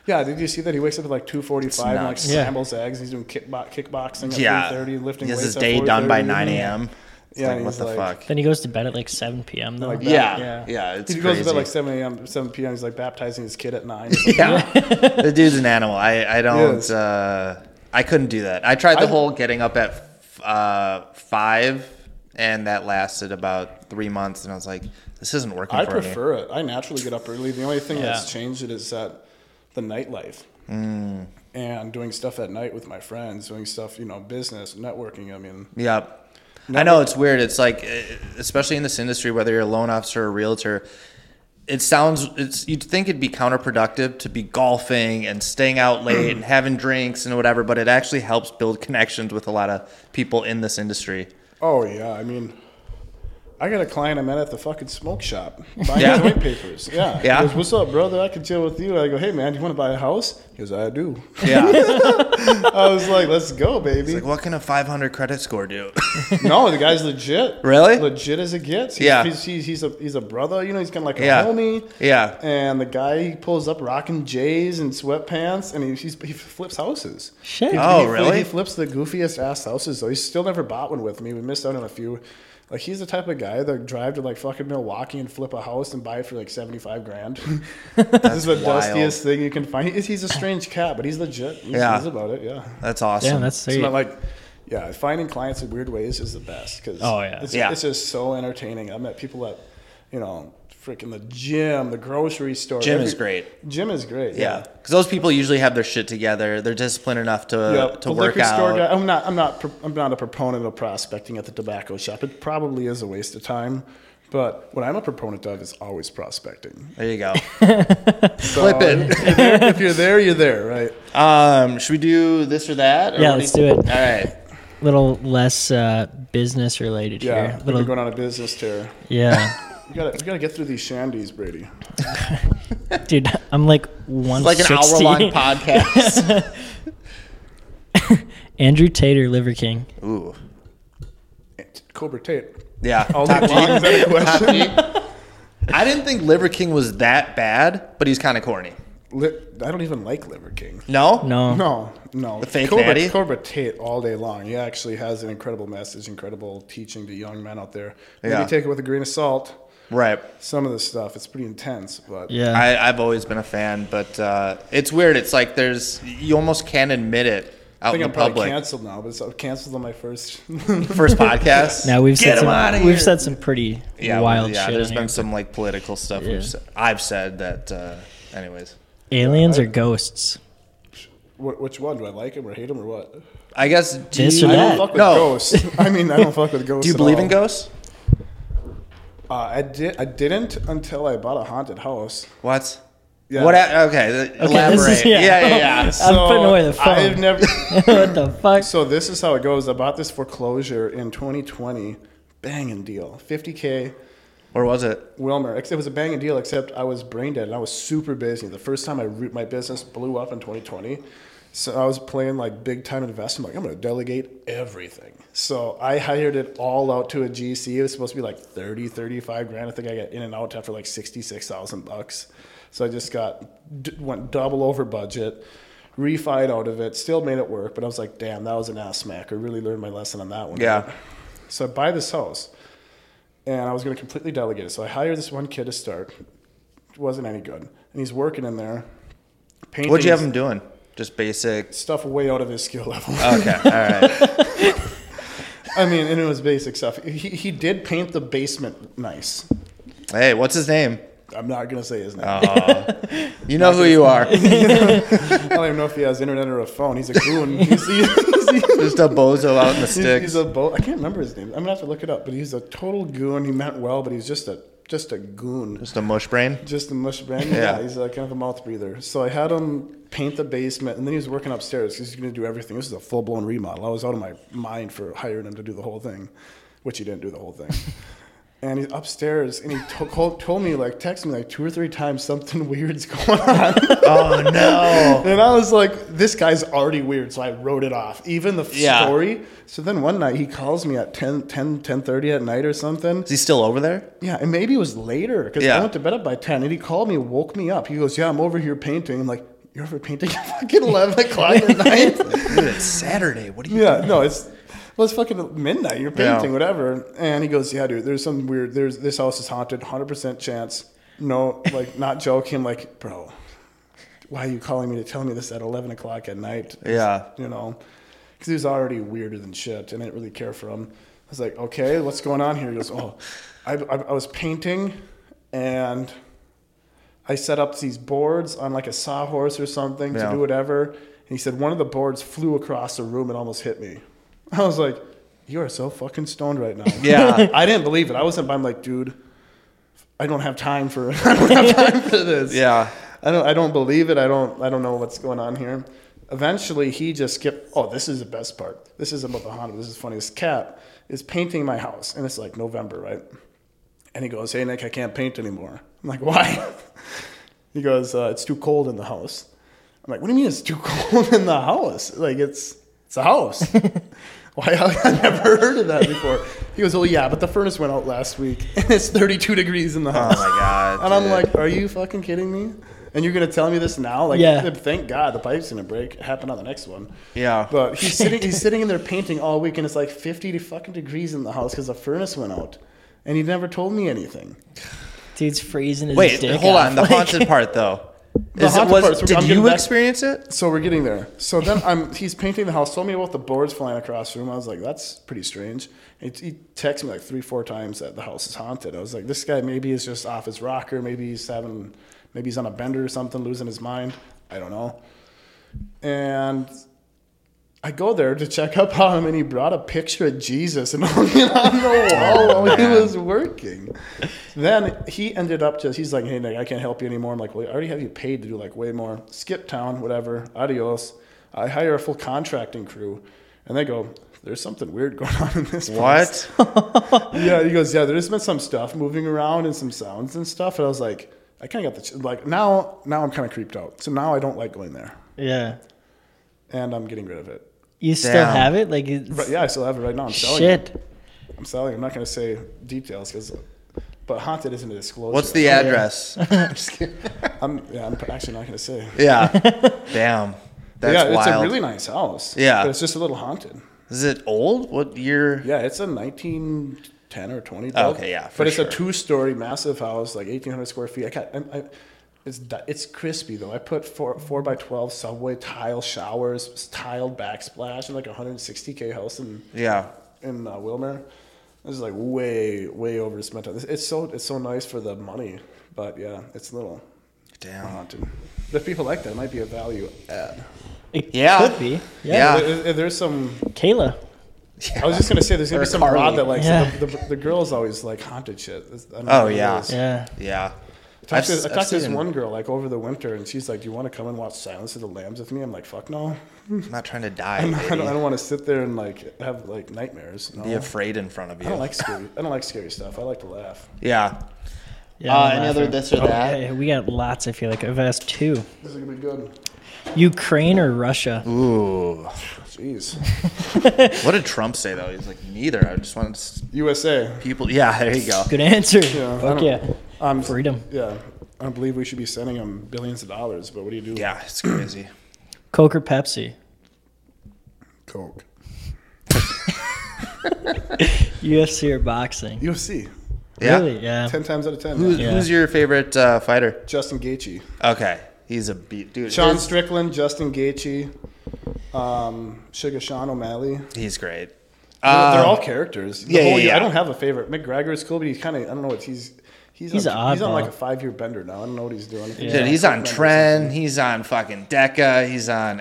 Yeah, did you see that he wakes up at like two forty-five and like nuts. Yeah. scrambles eggs? He's doing kickbo- kickboxing at yeah. three thirty, lifting He has weights. his at day done by 4:30. nine AM. It's Yeah, like what he's the like- fuck? Then he goes to bed at like 7 p.m. though. Like that. Yeah. Yeah. Yeah. it's He goes crazy. to bed like seven a.m., seven p.m. He's like baptizing his kid at nine. yeah. the dude's an animal. I, I don't, Yes. uh, I couldn't do that. I tried the I- whole getting up at uh, five, and that lasted about three months, and I was like, this isn't working I for me. prefer it. I naturally get up early. The only thing Yeah. that's changed it is that the nightlife Mm. and doing stuff at night with my friends, doing stuff, you know, business, networking. I mean, Yep. I know it's weird. It's like, eh, especially in this industry, whether you're a loan officer or realtor, it sounds. It's you'd think it'd be counterproductive to be golfing and staying out late and having drinks and whatever, but it actually helps build connections with a lot of people in this industry. oh yeah, I mean, I got a client I met at the fucking smoke shop buying Yeah. joint papers. Yeah, He Yeah. goes, What's up, brother? I can deal with you. I go, hey man, you want to buy a house? He goes, I do. Yeah. I was like, let's go, baby. like, what can a 500 credit score do? no, the guy's legit. Really? Legit as it gets. He's, Yeah. He's, he's, he's a he's a brother. You know, he's kind of like a Yeah. homie. Yeah. And the guy he pulls up rocking J's and sweatpants, and he he's, he flips houses. Shit. He- Oh, he, fli- really? He flips the goofiest ass houses though. He's still never bought one with me. We missed out on a few. Like he's the type of guy that drive to like fucking Milwaukee and flip a house and buy it for like seventy five grand. this is the wild. dustiest thing you can find. He's, he's a strange cat, but he's legit. He's, Yeah. he's about it. Yeah. That's awesome. Damn, that's It's sweet. not like, yeah, finding clients in weird ways is the best because Oh, yeah. it's, Yeah. it's just so entertaining. I met people at, you know, freaking the gym, the grocery store. Gym is great. Gym is great. yeah. Because those people usually have their shit together. They're disciplined enough to Yep. to The work liquor out. store guy- I'm not. I'm not. pro- I'm not a proponent of prospecting at the tobacco shop. It probably is a waste of time. But what I'm a proponent of is always prospecting. There you go. So Flip it. If you're, there, if you're there, you're there, right? Um, should we do this or that? Or Yeah, what let's you- do it. All right. little less uh, business related Yeah. here. We're Little, going on a business tear. yeah, We gotta, we gotta get through these shandies, Brady. dude, I'm like one Like an hour long podcast. Andrew Tater, Liver King. Ooh. Cobra Tate. Yeah. All Top day G. long, is that a Top question? G. I didn't think Liver King was that bad, but he's kind of corny. Li- I don't even like Liver King. No? No, No, no. The fake Cobra, natty? Cobra Tate all day long. He actually has an incredible message, incredible teaching to young men out there. Maybe Yeah. take it with a grain of salt. Right. Some of this stuff, it's pretty intense, but yeah, I, I've always been a fan, but uh, it's weird. It's like there's, you almost can't admit it I out in think the I'm probably public. canceled now. But it's I'm canceled on my first. First podcast. now we've Get said him some, outta here. we've said some pretty yeah, wild yeah, shit. There's on been here. some like political stuff Yeah. we've said, I've said that, uh, anyways. aliens uh, or ghosts. Wh- Which one do I like him or hate him or what? I guess. Do This you, or I Yeah. don't fuck with No. ghosts. I mean, I don't fuck with ghosts. do you at believe in all. ghosts? Uh, I did. I didn't until I bought a haunted house. What? Yeah. What? a- Okay, okay elaborate. this is- yeah, yeah. yeah, yeah. I'm putting away the phone. I've never. what the fuck? So this is how it goes. I bought this foreclosure in 2020, banging deal, 50k. Where was it? Wilmer. Ex- It was a banging deal, except I was brain dead and I was super busy. The first time I re- my business blew up in 2020, so I was playing like big time investment. Like I'm going to delegate everything. So I hired it all out to a GC. It was supposed to be like 30, 35 grand. I think I got in and out after like 66,000 bucks. So I just got d- went double over budget. Refied out of it, still made it work, but I was like, damn, that was an ass smack. I really learned my lesson on that one. Yeah. So I buy this house, and I was going to completely delegate it. So I hired this one kid to start. It wasn't any good, and he's working in there, painting What'd you have him doing? Just basic. stuff way out of his skill level. Okay, all right. I mean, and it was basic stuff. He, he did paint the basement nice. Hey, what's his name? I'm not going to say his name. Oh. You know who you are. I don't even know if he has internet or a phone. He's a goon. he's, he's, he's, Just a bozo out in the He's, he's sticks. a bo- I can't remember his name. I'm gonna have to look it up. But he's a total goon. He meant well, but he's just a just a goon. Just a mush brain. Just a mush brand. Yeah. Yeah. he's uh, kind of a mouth breather. So I had him paint the basement, and then he was working upstairs because he's going to do everything. This is a full blown remodel. I was out of my mind for hiring him to do the whole thing, which he didn't do the whole thing. and he's upstairs, and he to- called, told me like texted me like two or three times something weird's going on. Oh no. And I was like, this guy's already weird, so I wrote it off. Even the Yeah. story. So then one night he calls me at 10, 10, 10.30 at night or something. Is he still over there? Yeah, and maybe it was later because Yeah. I went to bed up by 10 and he called me, woke me up. He goes, Yeah, I'm over here painting. I'm like, You're over painting at fucking 11 o'clock at night? Dude, it's Saturday. What are you? yeah, no, it's. Well, it's fucking midnight. You're Yeah. painting, whatever. And he goes, "Yeah, dude. There's some weird. There's this house is haunted. Hundred percent chance. No, like not joking. I'm like, bro, why are you calling me to tell me this at eleven o'clock at night? Yeah. you know, because he was already weirder than shit, and I didn't really care for him. I was like, okay, what's going on here? He goes, oh, I, I, I was painting, and I I set up these boards on like a sawhorse or something Yeah. to do whatever. And he said one of the boards flew across the room and almost hit me. I was like, you are so fucking stoned right now. Yeah. I didn't believe it. I wasn't. I'm like, dude, I don't have time for. I don't have time for this. Yeah. I don't. I don't believe it. I don't. I don't know what's going on here. Eventually, he just skipped. Oh, this is the best part. This is about the Honda. This is funny. This cat is painting my house, and it's like November, right? And he goes, "Hey Nick, I can't paint anymore." I'm like, "Why?" He goes, uh, "It's too cold in the house." I'm like, "What do you mean it's too cold in the house? Like it's it's a house." Why I never heard of that before. He goes, "Oh yeah, but the furnace went out last week, and it's 32 degrees in the Oh house." my god. And I'm dude. like, are you fucking kidding me? And you're gonna tell me this now? Like, Yeah. thank God the pipe's gonna break. It happened on the next one. Yeah. But he's sitting, he's sitting in there painting all week, and it's like 50 to fucking degrees in the house because the furnace went out, and he never told me anything. Dude's freezing his Wait, dick hold off. on. The Like- haunted part though. The Is it, haunted was, part is- did I'm getting you back- experience it? So we're getting there. So then I'm he's painting the house. Told me about the boards flying across the room. I was like, that's pretty strange. He, he texted me like three, four times that the house is haunted. I was like, this guy maybe is just off his rocker. Maybe he's having, maybe he's on a bender or something, losing his mind. I don't know. And I go there to check up on him, and he brought a picture of Jesus and hung it on the wall while he was working. Then he ended up just, he's like, hey, Nick, I can't help you anymore. I'm like, well, I already have you paid to do like way more. Skip town, whatever. Adios. I hire a full contracting crew, and they go, there's something weird going on in this place. What? Yeah, he goes, yeah, there's been some stuff moving around and some sounds and stuff. And I was like, I kind of got the, ch- like, now, now I'm kind of creeped out. So now I don't like going there, Yeah. and I'm getting rid of it. You still Damn. have it? Like, it's, But yeah, I still have it right now. I'm selling it. shit. I'm selling. I'm not going to say details because, but haunted isn't a disclosure. What's the address? I'm yeah. I'm actually not going to say. Yeah. Damn. That's yeah, it's wild. a really nice house. Yeah. but it's just a little haunted. Is it old? What year? Yeah, it's a 1910 or 20. built, okay, yeah, for but it's sure. a two-story massive house, like 1,800 square feet. I got. I, I, it's di- it's crispy though. I put four four by twelve subway tile showers, tiled backsplash, and like a 160k house in Yeah. in uh, Wilmer. This is like way way overspent on this. It's so it's so nice for the money, but yeah, it's a little Damn. haunted. If people like that, it might be a value add. It Yeah. Could be. Yeah. Yeah. There- there- there's some. Kayla. I was just gonna say there's gonna Or be some Carly. broad that likes Yeah. the, the, the girls always like haunted shit. It's- I don't Oh, know what it yeah. is. Yeah. Yeah. I talked to, I've s- I I've talked to this seen- one girl like over the winter, and she's like, "Do you want to come and watch Silence of the Lambs with me?" I'm like, "Fuck no! I'm not trying to die. I don't, I baby. don't, want to sit there and like have like nightmares. No. Be afraid in front of I you. don't like scary. I don't like scary stuff. I like to laugh. yeah. yeah Uh, I'm any other laughing. this or that? yeah, we got lots, I feel like. I've asked two. This is gonna be good. Ukraine or Russia? Ooh. Jeez. What did Trump say though? He's like neither. I just want s- USA. people. Yeah. There you go. Good answer. Yeah, I Fuck don't- yeah. Um, Freedom. Yeah, I don't believe we should be sending them billions of dollars, but what do you do? Yeah. It's crazy. Coke or Pepsi? Coke. UFC or boxing? UFC. Yeah. Really? Yeah. Ten times out of ten. Who's, yeah. Yeah. who's your favorite uh, fighter? Justin Gaethje. Okay. He's a beat dude. Sean his- Strickland, Justin Gaethje, um, Sugar Sean O'Malley. They're, He's great. they're Um, all characters. The yeah, whole yeah, year- yeah. I don't have a favorite. McGregor is cool, but he's kind of I don't know what he's he's He's on, an he's on oddball. like a five year bender now. I don't know what he's doing. Dude, he's on Trend. He's on fucking Deca. He's on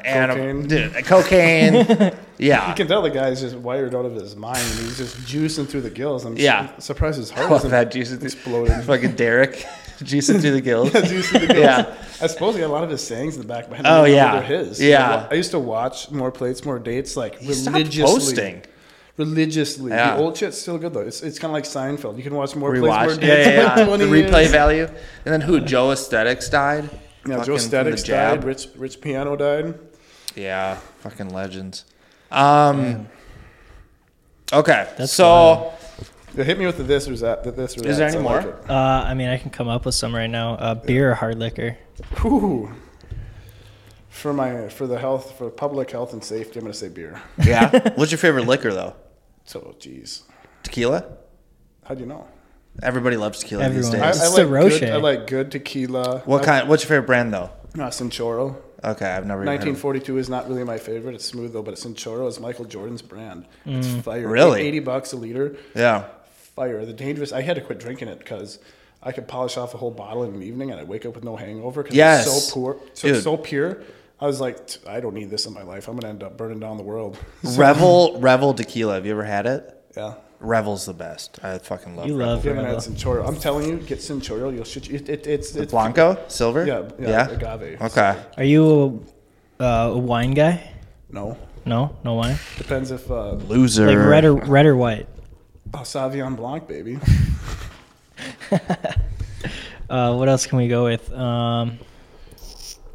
Cocaine. Adam. Dude, uh, cocaine. yeah. You can tell the guy's just wired out of his mind. and He's just juicing through the gills. I'm Yeah. su- surprised his heart Oh, wasn't that juices exploded. Fucking Derek, juicing through the gills. juicing the gills. Yeah. I suppose he got a lot of his sayings in the back of my head. Oh, I remember yeah. they're his. Yeah. Like, I used to watch more plates, more dates, like He stopped religiously. posting. Religiously, Yeah. the old shit's still good though. It's, it's kind of like Seinfeld. You can watch more plates, Rewatch. more Yeah, dates. yeah, for yeah. 20 The replay years. value. And then who? Joe Aesthetics died. Yeah, Fucking Joe from the Statics jab. died. Rich Rich Piano died. Yeah, fucking legends. Um. Okay, That's so wild. Yeah, hit me with the this or that. The this or that. Is there so any I like more? Uh, I mean, I can come up with some right now. Uh, beer or hard liquor? it. Ooh. For my for the health for public health and safety, I'm gonna say beer. yeah. What's your favorite liquor though? So jeez, Tequila. how do you know? Everybody loves tequila these Everyone. days. It's the like Roche. Good, I like good tequila. what I- kind? What's your favorite brand though? Uh, Cinchoro. Okay, I've never. even heard of- 1942 is not really my favorite. It's smooth though, but Cinchoro is Michael Jordan's brand. It's fire. Mm. Really? 80 bucks a liter. Yeah. Fire. The dangerous. I had to quit drinking it because I could polish off a whole bottle in an evening, and I wake up with no hangover because it's Yes. so poor, so Dude. so pure. I was like, "T- I don't need this in my life. I'm gonna end up burning down the world. Revel Revel tequila. Have you ever had it? yeah. Revel's the best. I fucking love. You Revel. love If you haven't had Rebel. Cinchorro, I'm telling you, get Cinchorro. You'll shit. You. It, it, it's it's Blanco silver. Yeah, yeah, agave. Okay. Are you a, uh, a wine guy? No, No, no wine. depends if uh, Loser. Like red or red or white. oh, Savion Blanc, baby. Uh, what else can we go with? Um,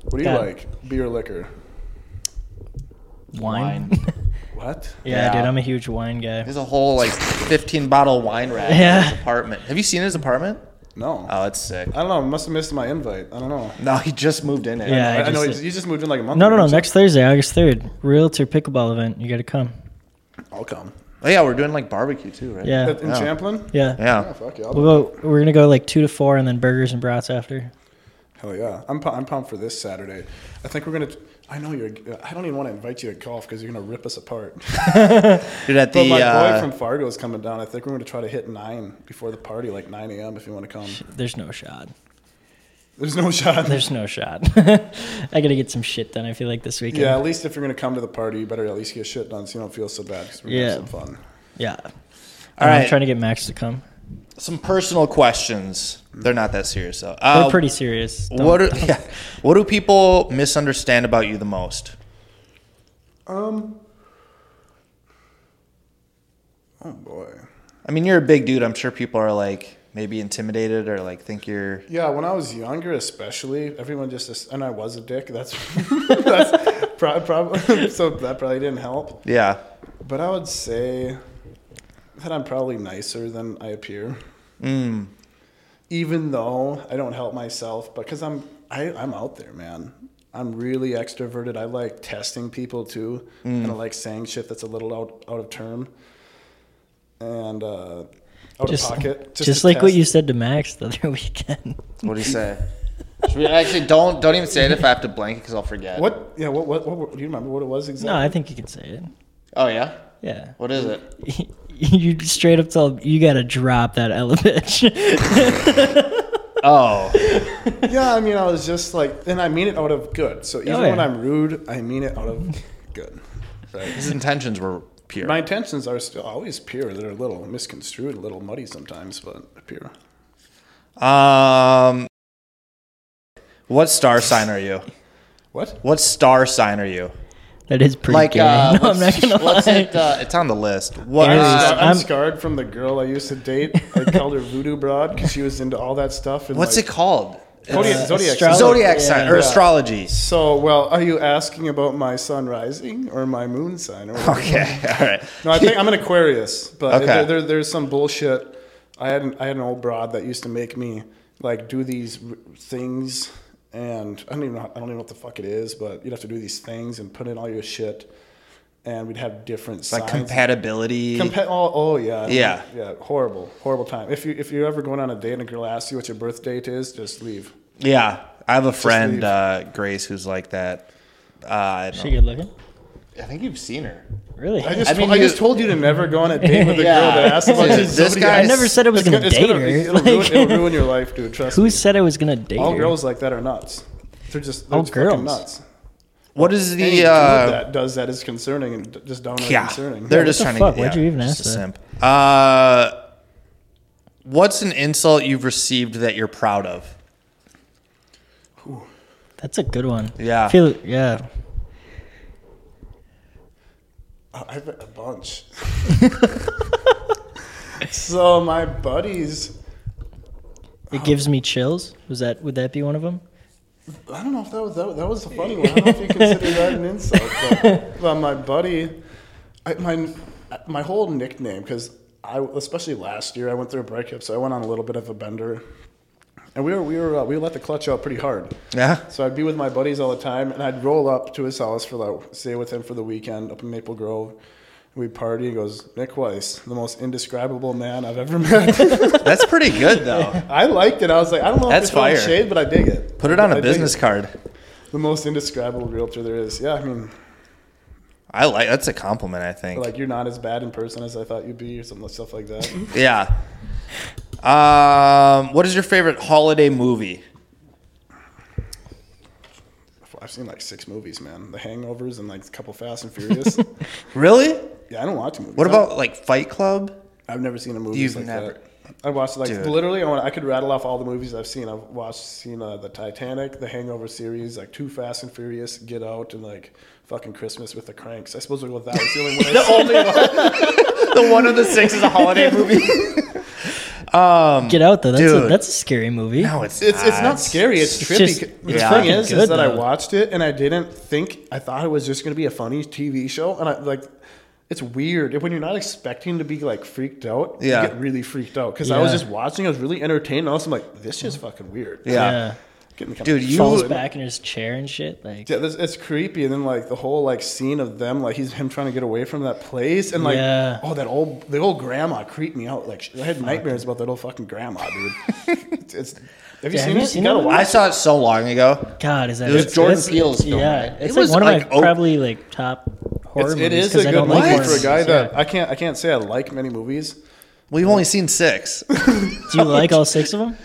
What do you Yeah. like? Beer, liquor. wine. What? yeah, Yeah. dude, I'm a huge wine guy. There's a whole like 15 bottle wine rack Yeah. in his apartment. Have you seen his apartment? No. Oh, it's sick. I don't know. I must have missed my invite. I don't know. No, he just moved in it. Yeah, I, I I know. just- You just moved in like a month. No, no, ago, no. so Next Thursday, August third, Realtor Pickleball event. You got to come. I'll come. Oh yeah, we're doing like barbecue too, right? Yeah, At- In Yeah. Champlin? yeah. Yeah, Yeah. fuck yeah. I'll- We'll go, we're gonna go like two to four, and then burgers and brats after. Hell yeah. I'm, pu- I'm pumped for this Saturday. I think we're going to. I know you're. I don't even want to invite you to golf because you're going to rip us apart. Dude, at but the my boy uh, from Fargo is coming down. I think we're going to try to hit 9 before the party, like 9 a.m. if you want to come. There's no shot. There's no shot. There's no shot. I gotta get some shit done. I feel like this weekend. yeah, at least if you're going to come to the party, you better at least get shit done so you don't feel so bad because we're going to Yeah. have some fun. Yeah. All I'm right. trying to get Max to come. some personal questions. They're not that serious though. We're Uh, pretty serious. Don't- What do, yeah, what do people misunderstand about you the most? Oh, boy. I mean, you're a big dude. I'm sure people are like maybe intimidated or like think you're. Yeah, when I was younger, especially, everyone just ass- and I was a dick. That's that's pro- probably so that probably didn't help. Yeah. But I would say that I'm probably nicer than I appear. Even though I don't help myself, because I'm I, I'm out there, man. I'm really extroverted. I like testing people too, and I like saying shit that's a little out out of term and uh, out Just, of pocket. just, to like what test- you said to Max the other weekend. What do you say? Should we actually don't don't even say it if I have to blank it because I'll forget. What? Yeah. What, what? What? Do you remember what it was exactly? No, I think you can say it. Oh yeah. Yeah. What is it? You straight up tell him, you gotta drop that Ella bitch. Oh. Yeah, I mean, I was just like, and I mean it out of good. So even Oh, yeah. when I'm rude, I mean it out of good. Right? His intentions were pure. My intentions are still always pure. They're a little misconstrued, a little muddy sometimes, but pure. Um, what star sign are you? What? What star sign are you? that is pretty like, gay. uh, no, I'm not what's- gonna what's lie. it? Uh, it's on the list. What? Aries. I'm, scar- Uh, I'm I'm- scarred from the girl I used to date. I called her Voodoo Broad because she was into all that stuff. And what's like, it called? Zodiac, Uh, Zodiac astrology. sign. Zodiac sign Yeah. or astrology? So, well, are you asking about my sun rising or my moon sign? Or whatever? Okay, all right. No, I think I'm an Aquarius, but Okay. there, there, there's some bullshit. I had an, I had an old broad that used to make me like do these r- things, and I don't even know, how- I don't even know what the fuck it is, but you'd have to do these things and put in all your shit, and we'd have different Like signs. compatibility. Compa- oh, oh yeah, Yeah. yeah, horrible, horrible time. If you if you're ever going on a date and a girl asks you what your birth date is, just leave. yeah, I have a friend, leave. uh, Grace, who's like that. Uh, I, don't She good looking? know. I think you've seen her. Really? I I, just I mean, told, I you- just told you to never go on a date with a girl that asks about Dude, you. this Somebody- guy- never said I was It's gonna, gonna, it's date gonna, her. it'll, ruin, Like, it'll ruin your life, dude. Trust me. who said I was gonna date All her? girls like that are nuts. They're just they're All just fucking girls. nuts. What is Any the? dude Uh, that does that is concerning and d- just downright yeah, concerning. they're what just the trying fuck? to. Why'd yeah, you even just ask a that? Simp. Uh, what's an insult you've received that you're proud of? That's a good one. Yeah. I feel yeah. I- I've a bunch. so my buddies, It Oh. gives me chills. Was that would that be one of them? I don't know if that was that, that was a funny one. I don't know if you consider that an insult. But, but my buddy, I, my my whole nickname because I especially last year I went through a breakup, so I went on a little bit of a bender, and we were we were uh, we let the clutch out pretty hard. Yeah. So I'd be with my buddies all the time, and I'd roll up to his house for like stay with him for the weekend up in Maple Grove. and We'd party. He goes, Nick Weiss, the most indescribable man I've ever met. That's pretty good though. I liked it. I was like, I don't know That's if it's throwing fire. shade, but I dig it. Put it on a a business card. The most indescribable realtor there is. Yeah, I mean, I like that's a compliment. I think. like you're not as bad in person as I thought you'd be, or some stuff like that. yeah. Um, what is your favorite holiday movie? I've seen like six movies, man. The Hangovers and like a couple Fast and Furious. Really? yeah, I don't watch movies. What I- about like Fight Club? I've never seen a movie You've like never- that. I watched like Dude. literally. I, want, I could rattle off all the movies I've seen. I've watched seen uh, the Titanic, the Hangover series, like Too Fast and Furious, Get Out, and like fucking Christmas with the Cranks. I suppose we'll go with that. It's the only one. I've seen. The one of the six is a holiday movie. Get out though. That's a, Um, Dude. that's a scary movie. no, it's It's, it's not scary. It's It's trippy. just- the yeah. thing is, Good, is that I though. watched it and I didn't think. I thought it was just going to be a funny TV show, and I like. It's weird when you're not expecting to be like freaked out. Yeah. you get really freaked out because I was Yeah. just watching. I was really entertained. And also, I'm like, this is fucking weird. Yeah. Getting kinda Dude, you Falls excited. back in his chair and shit. Like Yeah, this, it's creepy, and then like the whole like scene of them, like he's him trying to get away from that place, and like Yeah. oh that old the old grandma creeped me out. Like sh- I had nightmares about that old fucking grandma, dude. it's, it's- have you Yeah, have seen you it? seen you gotta that? watch. I saw it so long ago. God, is that It was it's- Jordan it's- Peele's film, Yeah, right? It it's was, like one like, of my oh- probably like top horror It's, it movies is a because I good don't movie like horror for a guy movies, that yeah. I can't I can't say I like many movies. We've only seen six. Do you like all six of them?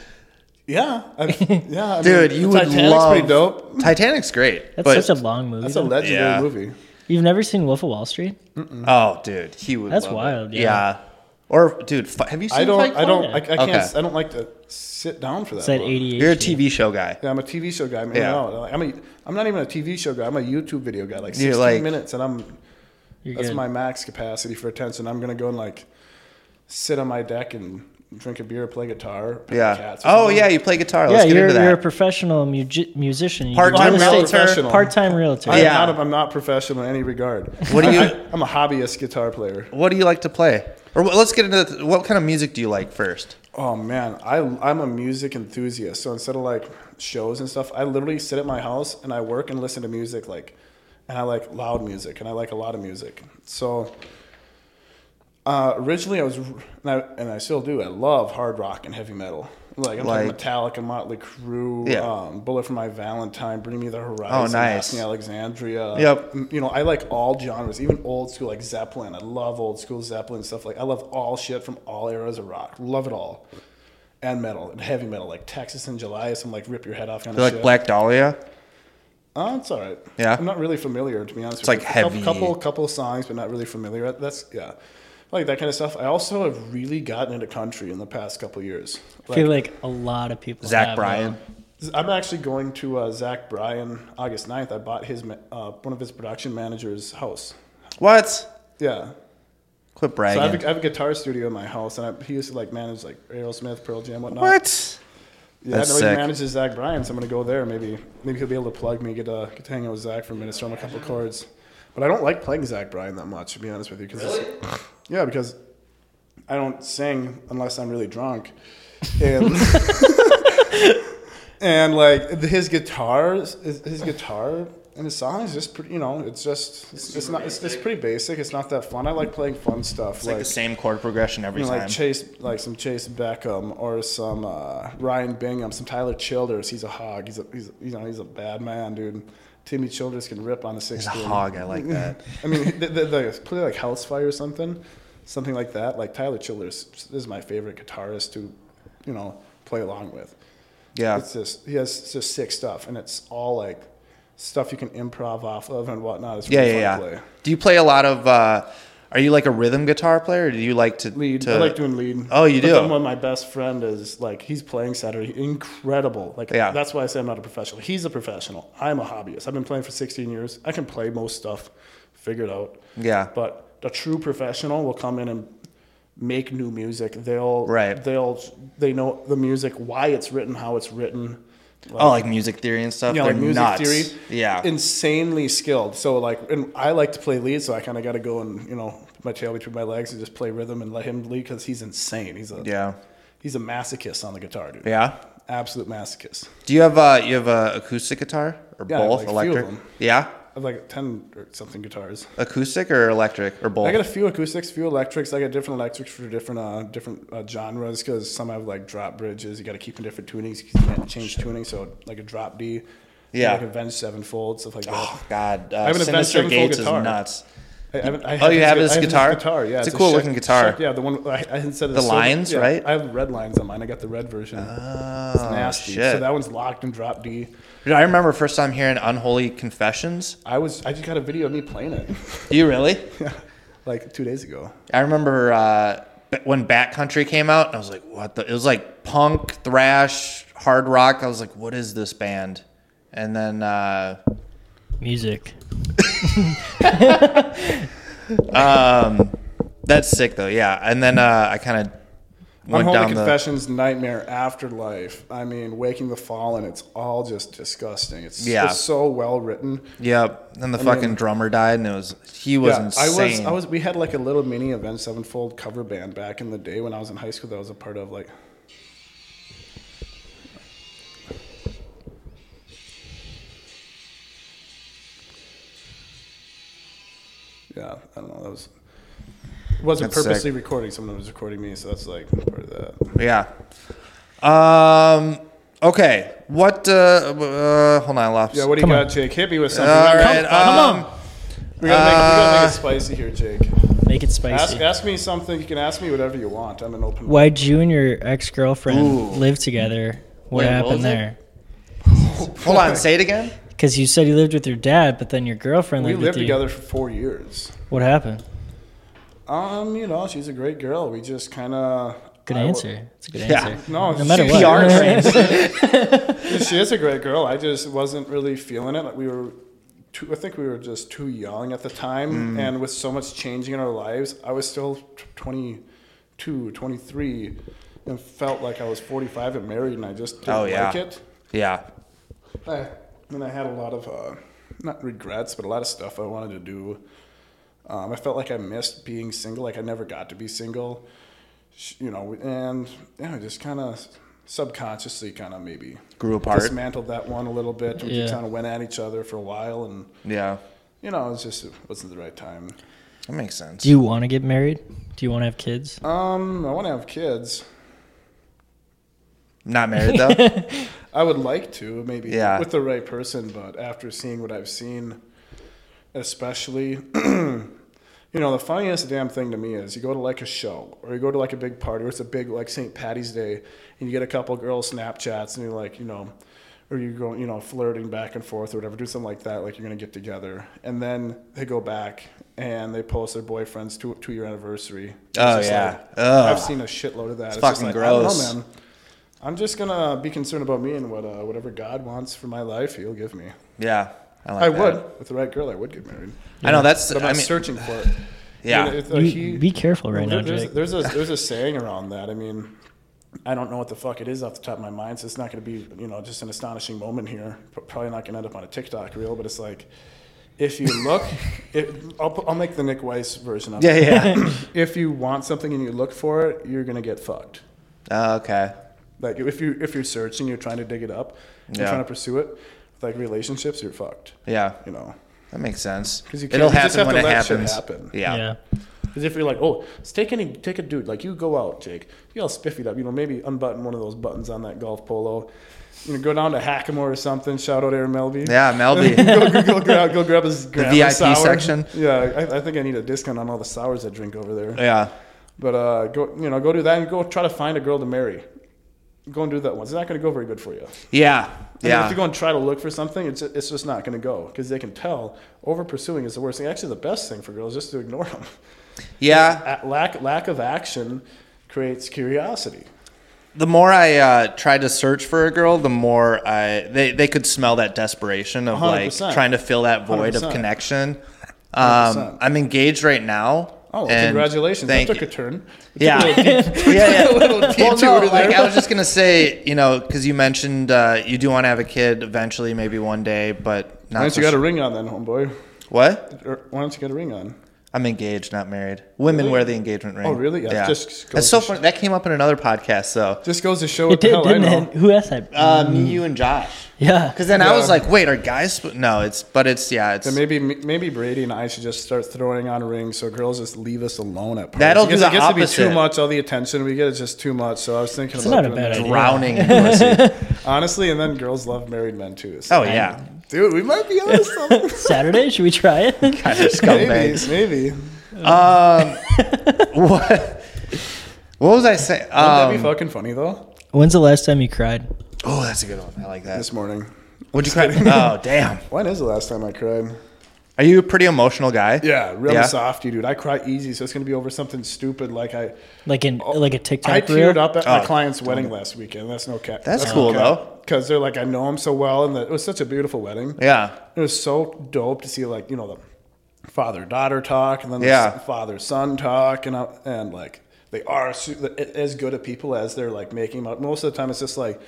Yeah, I, yeah, I Dude, mean, you would Titanic's love. pretty dope. Titanic's great. That's but, such a long movie. That's a though. legendary Yeah. movie. You've never seen Wolf of Wall Street? Oh, dude, he would. That's love it. wild, yeah. Or dude, fi- have you seen? I don't Fight I don't Club? I, I can't Okay. I don't like to sit down for that. It's that book. eighty You're a TV show guy. Yeah, I'm a TV show guy. Man, Yeah. no, I'm a, I'm not even a TV show guy. I'm a YouTube video guy. Like 16 You're like- minutes, and I'm that's my max capacity for attention. I'm gonna go and like sit on my deck and drink a beer, play guitar. pet Yeah. cats or Oh something. yeah, you play guitar. Yeah, Let's get you're, into you're a that. professional mugi- musician. You do Part-time real estate- realtor. Part-time realtor. I'm Yeah. not. A, I'm not professional in any regard. What do you- I, am a hobbyist guitar player. what do you like to play? Or wh- let's get into the, what kind of music do you like first? Oh man, I I'm a music enthusiast. So instead of like shows and stuff, I literally sit at my house and I work and listen to music like and I like loud music and I like a lot of music. So uh, originally I was and I, and I still do. I love hard rock and heavy metal. Like I'm Like- like Metallica, Motley Crue, Yeah. Oh, um, Bullet for My Valentine, Bring Me the Horizon, nice. Asking Alexandria. Yep. M- You know, I like all genres, even old school like Zeppelin. I love old school Zeppelin stuff. Like I love all shit from all eras of rock. Love it all. And metal and heavy metal, like Texas in July, some like rip your head off kind You of like shit. Black Dahlia? Oh, it's all right. Yeah? I'm not really familiar to be honest. It's like with you. Couple- heavy. Couple couple songs, but not really familiar. That's yeah, like that kind of stuff. I also have really gotten into country in the past couple years. I Like, feel like a lot of people. Zach have, uh, Bryan. though. I'm actually going to uh, Zach Bryan August 9th. I bought his ma- uh, one of his production manager's house. What? Yeah. Quit So I have, bragging. a, I have a guitar studio in my house, and I, he used to like manage like Aerosmith, Pearl Jam, whatnot. what? Yeah, That's no, sick. he manages Zach Bryan, so I'm gonna go there. Maybe maybe he'll be able to plug me, get uh, get to hang out with Zach for a minute, strum a couple chords. But I don't like playing Zach Bryan that much, to be honest with you. Cause it's, yeah, because I don't sing unless I'm really drunk, and and like his guitars, his, his guitar and his song is just pretty. You know, it's just it's, it's not it's, it's pretty basic. It's not that fun. I like playing fun stuff. It's like, the same chord progression every You know, time. like Chase, like some Chase Beckham or some uh, Ryan Bingham, some Tyler Childers. He's a hog. He's a he's you know he's a bad man, dude. Timmy Childers can rip on the six. He's a hog. I like that. I mean, they, they, they play like House Fire or something, something like that. Like Tyler Childers is my favorite guitarist to, you know, play along with. Yeah. It's just he has just sick stuff, and it's all like stuff you can improv off of and whatnot. It's Yeah, really yeah, yeah. fun to play. Do you play a lot of? Uh, are you like a rhythm guitar player? Or do you like to? lead. to I like doing lead. Oh, you But do? Then when my best friend is like, he's playing Saturday, incredible. Like, Yeah. that's why I say I'm not a professional. He's a professional. I'm a hobbyist. I've been playing for 16 years. I can play most stuff, figure it out. Yeah. But a true professional will come in and make new music. They'll Right. They'll they know the music, why it's written, how it's written. oh, like music theory and stuff. Yeah, They're like music nuts. theory. Yeah. Insanely skilled. So like and I like to play lead, so I kinda gotta go and, you know, put my tail between my legs and just play rhythm and let him lead because he's insane. He's a yeah. he's a masochist on the guitar, dude. Yeah. Absolute masochist. Do you have uh you have a acoustic guitar or Yeah, I have, both like, a few of electric? them. Yeah. I have like ten or something guitars. Acoustic or electric or both? I got a few acoustics, few electrics. I got different electrics for different uh, different uh, genres because some have like drop bridges. You got to keep in different tunings. You can't change tuning, so like a drop D, Yeah. like a Venge Sevenfold stuff like that. oh God, I uh, have an Avenged Sinister Sevenfold Gates is guitar. nuts. I, haven't- I Oh, you his have gu- his I guitar? guitar, yeah. It's a cool looking guitar. yeah, the one I, I had said The lines, yeah, right? I have red lines on mine. I got the red version. it's Oh, nasty. shit. So that one's locked and drop D. Dude, I remember first time hearing Unholy Confessions. I was I just got a video of me playing it, Do you really? like two days ago. I remember uh, b- when Backcountry came out, I was like, what the? It was like punk, thrash, hard rock. I was like, what is this band? And then uh, Music. that's sick though, yeah. And then uh, I kind of went Unholy down the. Confessions, Nightmare, Afterlife. I mean, Waking the Fallen. It's all just disgusting. It's, Yeah. it's so well written. Yep. And the fucking drummer died, and it was he was insane. I was, I was. We had like a little mini Event Sevenfold cover band back in the day when I was in high school. That I was a part of like. Yeah, I don't know. That was it wasn't That's sick. purposely recording. Someone was recording me, so that's like part of that. Yeah. Um. Okay. What? Uh, uh hold on, I lost. Yeah, what do you Come got, on. Jake? Hit me with something. All Come- right. um, Come on. we, gotta make, we gotta make uh, it spicy here, Jake. Make it Ask, spicy. ask me something. You can ask me whatever you want. I'm an open. Why'd you and your ex girlfriend Ooh. live together? What Wait, what happened was it? there? Hold on. Say it again. Because you said you lived with your dad, but then your girlfriend We lived lived with together for four years. you. What happened? Um, you know, she's a great girl. We just kind of. Good answer. It's a good Yeah. answer. No, No matter she- what. PR she is a great girl. I just wasn't really feeling it. Like we were, too, I think we were just too young at the Mm. time, and with so much changing in our lives, I was still t- 22, 23, and felt like I was 45 and married, and I just didn't Oh, yeah. like it. Yeah. I, and I had a lot of uh, not regrets, but a lot of stuff I wanted to do. Um, I felt like I missed being single. Like I never got to be single, Sh- you know. And yeah, I just kind of subconsciously, kind of maybe Grew apart. dismantled that one a little bit. We Yeah. kind of went at each other for a while, and Yeah. you know, it was just it wasn't the right time. That makes sense. Do you want to get married? Do you want to have kids? Um, I want to have kids. Not married though. I would like to, maybe Yeah. with the right person, but after seeing what I've seen, especially, you know, the funniest damn thing to me is you go to like a show or you go to like a big party or it's a big like St. Patty's Day and you get a couple girls Snapchats and you're like, you know, or you go, you know, flirting back and forth or whatever, do something like that, like you're gonna get together, and then they go back and they post their boyfriend's two two year anniversary. It's Oh, just yeah. like- Ugh. I've seen a shitload of that. It's, just fucking like, I don't know, gross. man. I'm just gonna be concerned about me and what uh, whatever God wants for my life, He'll give me. yeah. I, like I that. would with the right girl. I would get married. I know that's. But I'm I not mean, searching for it. Yeah. You know, if, uh, You- he- be careful right there- now, there's, Jake. There's a there's a saying around that. I mean, I don't know what the fuck it is off the top of my mind, so it's not going to be you know just an astonishing moment here. P- Probably not going to end up on a TikTok reel, but it's like. If you look, it, I'll, pu- I'll make the Nick Weiss version of yeah. it. Yeah. If you want something and you look for it, you're gonna get fucked. oh, okay. Like if you if you're searching, you're trying to dig it up, you're Yeah. trying to pursue it. With like relationships, you're fucked. Yeah. You know, That makes sense. because you can't. It'll you just happen have when to it let shit happens. happen. Yeah. yeah. Because if you're like, oh, s- take any, take a dude. Like you go out, Jake. You all spiffy it up. You know, maybe unbutton one of those buttons on that golf polo. You know, go down to Hackamore or something. Shout out Aaron Melby. Yeah. Melby. go, go, go, grab, go grab his grab VIP his sour. section. Yeah, I, I think I need a discount on all the sours I drink over there. yeah. But uh, go, you know, go do that and go try to find a girl to marry. Go and do that once. It's not going to go very good for you. Yeah. And then if Yeah. you go and try to look for something, it's, it's just not going to go because they can tell over pursuing is the worst thing. Actually, the best thing for girls is just to ignore them. yeah. A- lack, lack of action creates curiosity. The more I uh, tried to search for a girl, the more I they, they could smell that desperation of like 100%. trying to fill that void of 100%. connection. 100%. Um, I'm engaged right now. Oh, well, and congratulations. Thank that took you. a turn. It Yeah. Took a little deep, yeah, yeah. little Well, detour no, there. like I was just gonna say, you know, because you mentioned uh, you do want to have a kid eventually, maybe one day, but not. Why don't you so got a sure- ring on then, homeboy? what? Or why don't you get a ring on? I'm engaged, not married. Women wear the engagement ring. Oh, really? Yeah, Yeah. just goes That's so to sh- funny. That came up in another podcast, though. Just goes to show It what the did, hell I didn't know. it? Who asked that? um, Uh, me, you, and Josh. yeah. Because then I was Yeah. like, wait, are guys? sp- No, it's but it's yeah, it's And maybe maybe Brady and I should just start throwing on rings so girls just leave us alone at parties. That'll do Because the it gets to be opposite. too much. All the attention we get is just too much. So I was thinking It's about not a doing bad that. idea. drowning. in pussy. honestly. And then girls love married men too. So oh yeah, Dude, we might be on something. Saturday, should we try it? Kind of maybe, scumbags. maybe. Um, what? What was I saying? That'd be Um, fucking funny though. When's the last time you cried? oh, that's a good one. I like that. This morning. Would you cry? Oh, damn. When is the last time I cried? Are you a pretty emotional guy? Yeah, really Yeah. softy, dude. I cry easy, so it's gonna be over something stupid like I. Like in like Oh, I a TikTok teared reel? up at my Oh, client's wedding last weekend. That's no cap. That's cool, though. Because they're like, I know him so well, and that it was such a beautiful wedding. Yeah. It was so dope to see like you know the father daughter talk and then Yeah. the father son talk and I, and like they are su- as good of people as they're like making 'em out. Most of the time, it's just like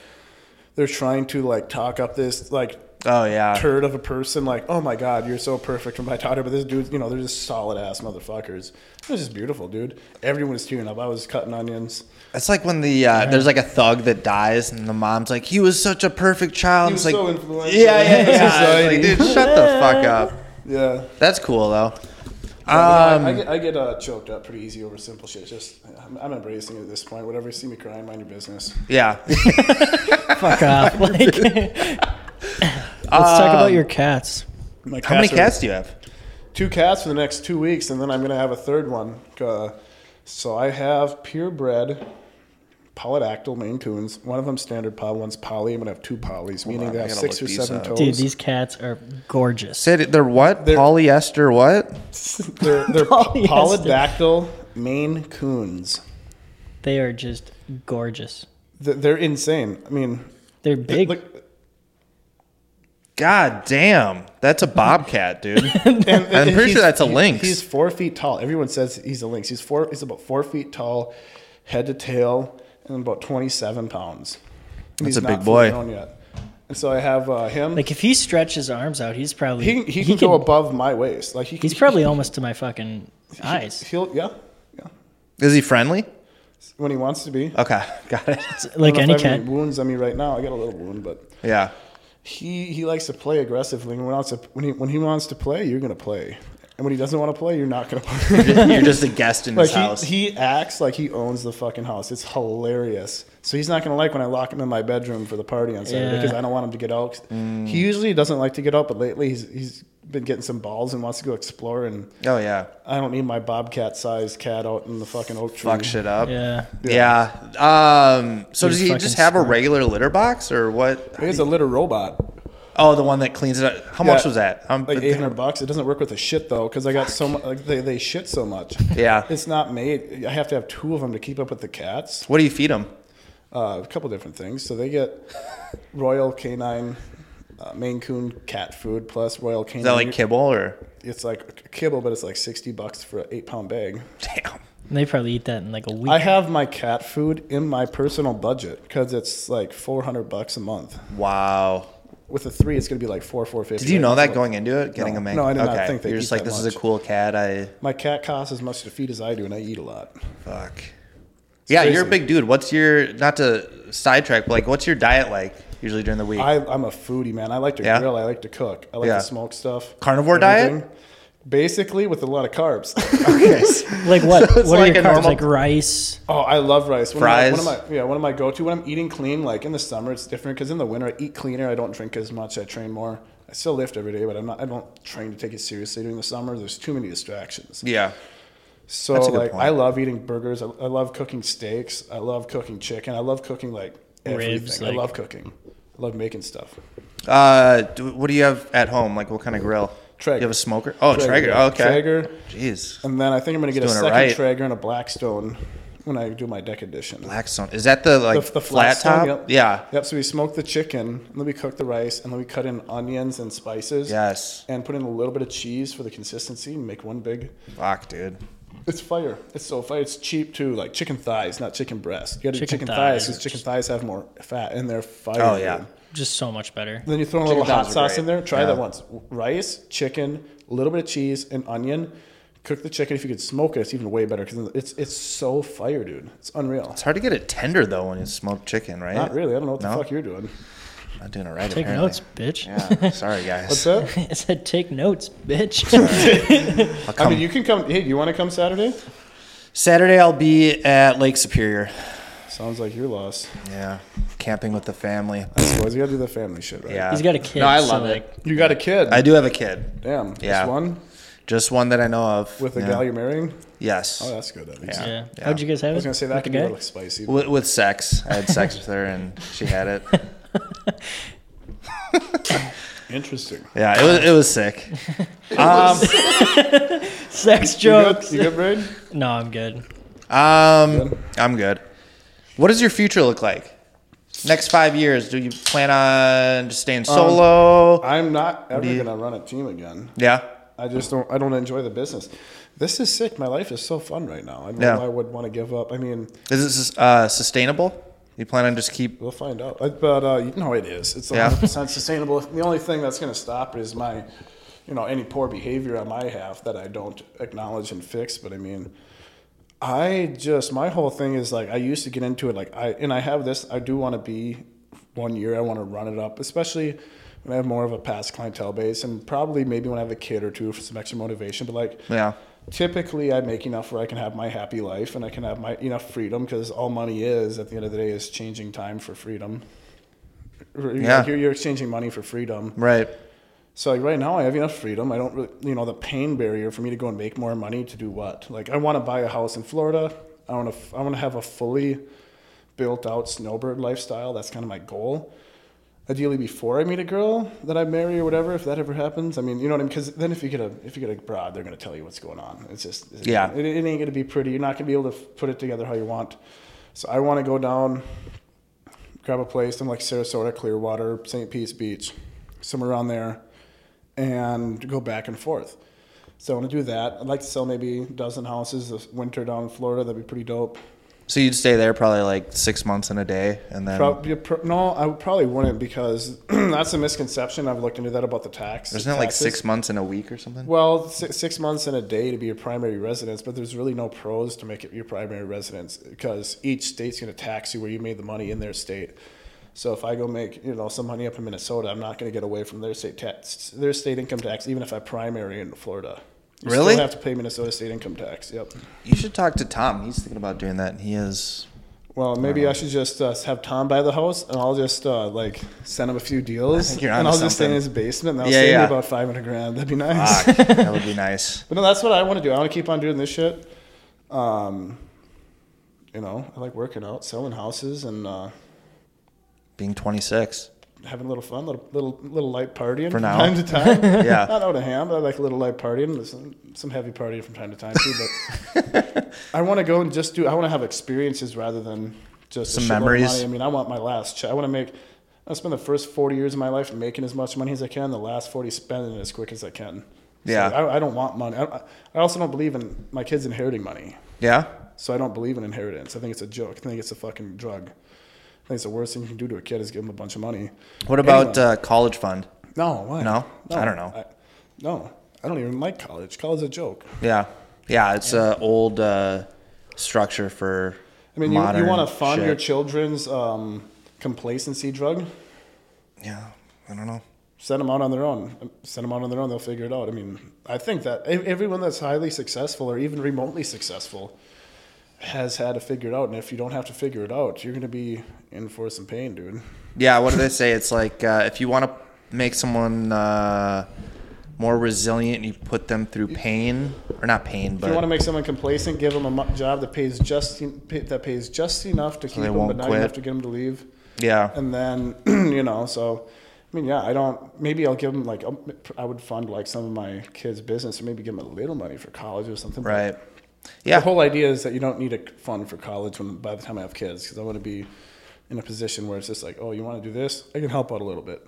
they're trying to like talk up this like Oh yeah. turd of a person. Like, oh my god, you're so perfect for my daughter. But this dude, you know, they're just solid ass motherfuckers. It was just beautiful, dude. Everyone was tearing up. I was cutting onions. It's like when the uh, there's like a thug that dies and the mom's like, he was such a perfect child. He It's was like, so influential yeah, yeah, in yeah. It's society. like, dude, shut the fuck up. Yeah. That's cool though. I, I Um, get, I get uh, choked up pretty easy over simple shit. Just I'm, I'm embracing it at this point. Whatever you see me crying, mind your business. yeah. Fuck off. Like, let's talk about your cats. My How many are- cats do you have? Two cats for the next two weeks, and then I'm gonna have a third one. Uh, so I have purebred polydactyl Maine Coons. One of them standard pod, one's poly. I'm gonna have two polys, meaning on, they I have gotta six or look seven these up. toes. Dude, these cats are gorgeous. Said it- they're what? They're- Polyester what? they're they're po- Polyester. polydactyl Maine Coons. They are just gorgeous. Th- They're insane. I mean, They're big. look, God damn. That's a bobcat, dude. And, I'm and pretty he's- sure that's a he- lynx. He's four feet tall. Everyone says he's a lynx. He's four. He's about four feet tall, head to tail, and about 27 pounds. And That's he's a big not boy. fully grown Yet. And so I have uh, him. like if he stretched his arms out, he's probably he, he, can go above my waist. Like he, He's he- probably almost to my fucking eyes. He'll yeah yeah Is he friendly? when he wants to be. Okay, got it. It's like I don't know any if I have cat. any wounds on me right now. I got a little wound, but Yeah. he he likes to play aggressively. When he wants to when he when he wants to play, you're gonna play. And when he doesn't want to play, you're not gonna play. You're just a guest in his Like house. he, he acts like he owns the fucking house. It's hilarious. So he's not gonna like when I lock him in my bedroom for the party on Saturday Yeah. because I don't want him to get out. 'Cause Mm. He usually doesn't like to get out, but lately he's he's been getting some balls and wants to go explore. And oh yeah. I don't need my bobcat-sized cat out in the fucking oak tree. Fuck shit up. Yeah. Yeah. Um, so He's does he fucking just have a smart. regular litter box or what? It's a litter robot. Oh, the one that cleans it up. How much was that? Um, like eight hundred bucks. It doesn't work with a shit though, because I got so much. Like they, they shit so much. Yeah. it's not made. I have to have two of them to keep up with the cats. What do you feed him? uh, a couple different things. So they get royal canine, uh, Maine Coon cat food plus royal canine. Is that like kibble or? it's like kibble, but it's like sixty bucks for an eight pound bag. Damn. And they probably eat that in like a week. I have my cat food in my personal budget because it's like four hundred bucks a month. Wow. With a three, it's gonna be like four four fifty. Did you know that going into it, getting No. a man? No, I did not okay. think they You're eat just like, that this is a much. cool cat. I My cat costs as much to feed as I do, and I eat a lot. fuck. yeah, you're a crazy. big dude. What's your not to sidetrack? But like, what's your diet like usually during the week? I, I'm a foodie, man. I like to Yeah? grill. I like to cook. I like Yeah. to smoke stuff. Carnivore diet? Basically, with a lot of carbs. Yes. like what? So it's what are like your a carbs? normal- Like rice. Oh, I love rice. One Of my, Fries. one of my yeah, one of my go-to when I'm eating clean. Like in the summer, it's different because in the winter I eat cleaner. I don't drink as much. I train more. I still lift every day, but I'm not. I don't train to take it seriously during the summer. There's too many distractions. yeah. So That's a good like, point. I love eating burgers. I, I love cooking steaks. I love cooking chicken. I love cooking like everything. Ribs, like- I love cooking. I love making stuff. Uh, do, what do you have at home? Like, what kind of grill? Traeger. You have a smoker? Oh, Traeger. yeah. okay. Traeger. Jeez. And then I think I'm gonna get a doing it second right. Traeger and a Blackstone when I do my deck edition. Blackstone. Is that the like flat top? Blackstone, Yep. Yeah. Yep. So we smoke the chicken, and then we cook the rice, and then we cut in onions and spices. Yes. And put in a little bit of cheese for the consistency, and make one big. Fuck, dude. It's fire. It's so fire. It's cheap too. Like chicken thighs, not chicken breast. You got to do Chicken chicken thighs thighs because chicken thighs have more fat, and they're fire. Oh yeah. dude. Just so much better. Then you throw a Chicken little hot thighs are sauce great. in there. Try Yeah. that once. Rice, chicken, a little bit of cheese, and onion. Cook the chicken. If you could smoke it, it's even way better because it's it's so fire, dude. It's unreal. It's hard to get it tender though when you smoke chicken, right? Not really. I don't know what the No? fuck you're doing. Not doing it right. Take apparently. notes, bitch. Yeah. Sorry, guys. What's that? I said, take notes, bitch. I'll I come- mean, you can come. Hey, do you want to come Saturday? Saturday, I'll be at Lake Superior. Sounds like your loss. Yeah, camping with the family. That's always you gotta do the family shit, right? Yeah, He's got a kid. No, I so, love like, it. You got a kid. I do have a kid, Damn. Just Yeah. one just one that I know of. with the yeah. gal you're marrying. Yes, Oh, that's good. At least. Yeah. Yeah. Yeah. How'd you guys I have it? was gonna say that With the could be a guy? little spicy. with, with sex. I had sex with her, and she had it. Interesting. Yeah, it was it was sick. sex You good? jokes. You good, Braid? No, I'm good. Um, I'm good. What does your future look like? Next five years, do you plan on just Um, staying solo? I'm not ever you- gonna run a team again. yeah, I just don't. I don't enjoy the business. This is sick. My life is so fun right now. I don't Yeah. know why I would want to give up. I mean, is it uh, sustainable? You plan on just keep? we'll find out. Uh, But uh, you know, it is. It's Yeah. 100 percent sustainable. The only thing that's going to stop it is my, you know, any poor behavior on my half that I don't acknowledge and fix. But I mean, I just my whole thing is like I used to get into it like I and I have this I do want to be one year I want to run it up especially when I have more of a past clientele base and probably maybe when I have a kid or two for some extra motivation but like Yeah. typically I make enough where I can have my happy life and I can have my enough freedom because all money is at the end of the day is changing time for freedom Yeah. yeah. you're, you're exchanging money for freedom Right. so like right now, I have enough freedom. I don't really, you know, the pain barrier for me to go and make more money to do what? Like I want to buy a house in Florida. I want to, I want to have a fully built out snowbird lifestyle. That's kind of my goal. Ideally, before I meet a girl that I marry or whatever, if that ever happens. I mean, you know what I mean? Because then if you get a, if you get a broad, they're gonna tell you what's going on. It's just, it's- Yeah. it, it ain't gonna be pretty. You're not gonna be able to f- put it together how you want. So I want to go down grab a place in like Sarasota, Clearwater, St. Pete's Beach, somewhere around there, and go back and forth. So I want to do that. I'd like to sell maybe a dozen houses this winter down in Florida. That'd be pretty dope. So you'd stay there probably like six months in a day, and then Probably, pro- no, I probably wouldn't because that's a misconception. I've looked into that about the tax. isn't it like taxes. six months in a week or something? Well, six, six months and a day to be your primary residence, but there's really no pros to make it your primary residence because each state's going to tax you where you made the money in their state. So if I go make you know some money up in Minnesota, I'm not going to get away from their state tax, their state income tax, even if I primary in Florida. You Really? Still have to pay Minnesota state income tax. Yep. You should talk to Tom. He's thinking about doing that. and He is. Well, maybe I should just uh, have Tom buy the house, and I'll just uh, like send him a few deals, think you're and I'll onto just stay in something. his basement. and That'll Yeah, save yeah. me about five hundred grand. That'd be nice. Fuck, that would be nice. But no, that's what I want to do. I want to keep on doing this shit. Um, you know, I like working out, selling houses, and uh, Being 26. having a little fun, little little little light partying For from now. time to time. Yeah. Not out of hand, but I like a little light partying, with some, some heavy partying from time to time too. But I want to go and just do. I want to have experiences rather than just a Some shitload of memories. money. I mean, I want my last. Ch- I want to make. I spend the first forty years of my life making as much money as I can. The last forty, spending it as quick as I can. So, Yeah. I, I don't want money. I, I I also don't believe in my kids inheriting money. Yeah. So I don't believe in inheritance. I think it's a joke. I think it's a fucking drug. I think it's the worst thing you can do to a kid is give them a bunch of money. What about Anyway. uh, college fund? no, why? No? I don't know. I, no, I don't even like college. College is a joke. Yeah, yeah, it's an old uh, structure for. I mean, you, you modern want to fund your shit. children's um, complacency drug? yeah, I don't know. Send them out on their own. Send them out on their own. They'll figure it out. I mean, I think that ev- everyone that's highly successful or even remotely successful has had to figure it out. And if you don't have to figure it out, you're going to be in for some pain, dude. Yeah, what do they say? It's like uh, if you want to make someone uh, more resilient, you put them through pain or not pain, If you want to but make someone complacent, give them a mo- job that pays just en- pay, that pays just enough to keep they them, won't but not quit. enough to get them to leave. yeah, And then you know, so I mean, yeah, I don't. Maybe I'll give them like um, I would fund like some of my kids' business, or maybe give them a little money for college or something. but right, The yeah, whole idea is that you don't need a fund for college when by the time I have kids, because I want to be in a position where it's just like, oh, you want to do this? I can help out a little bit.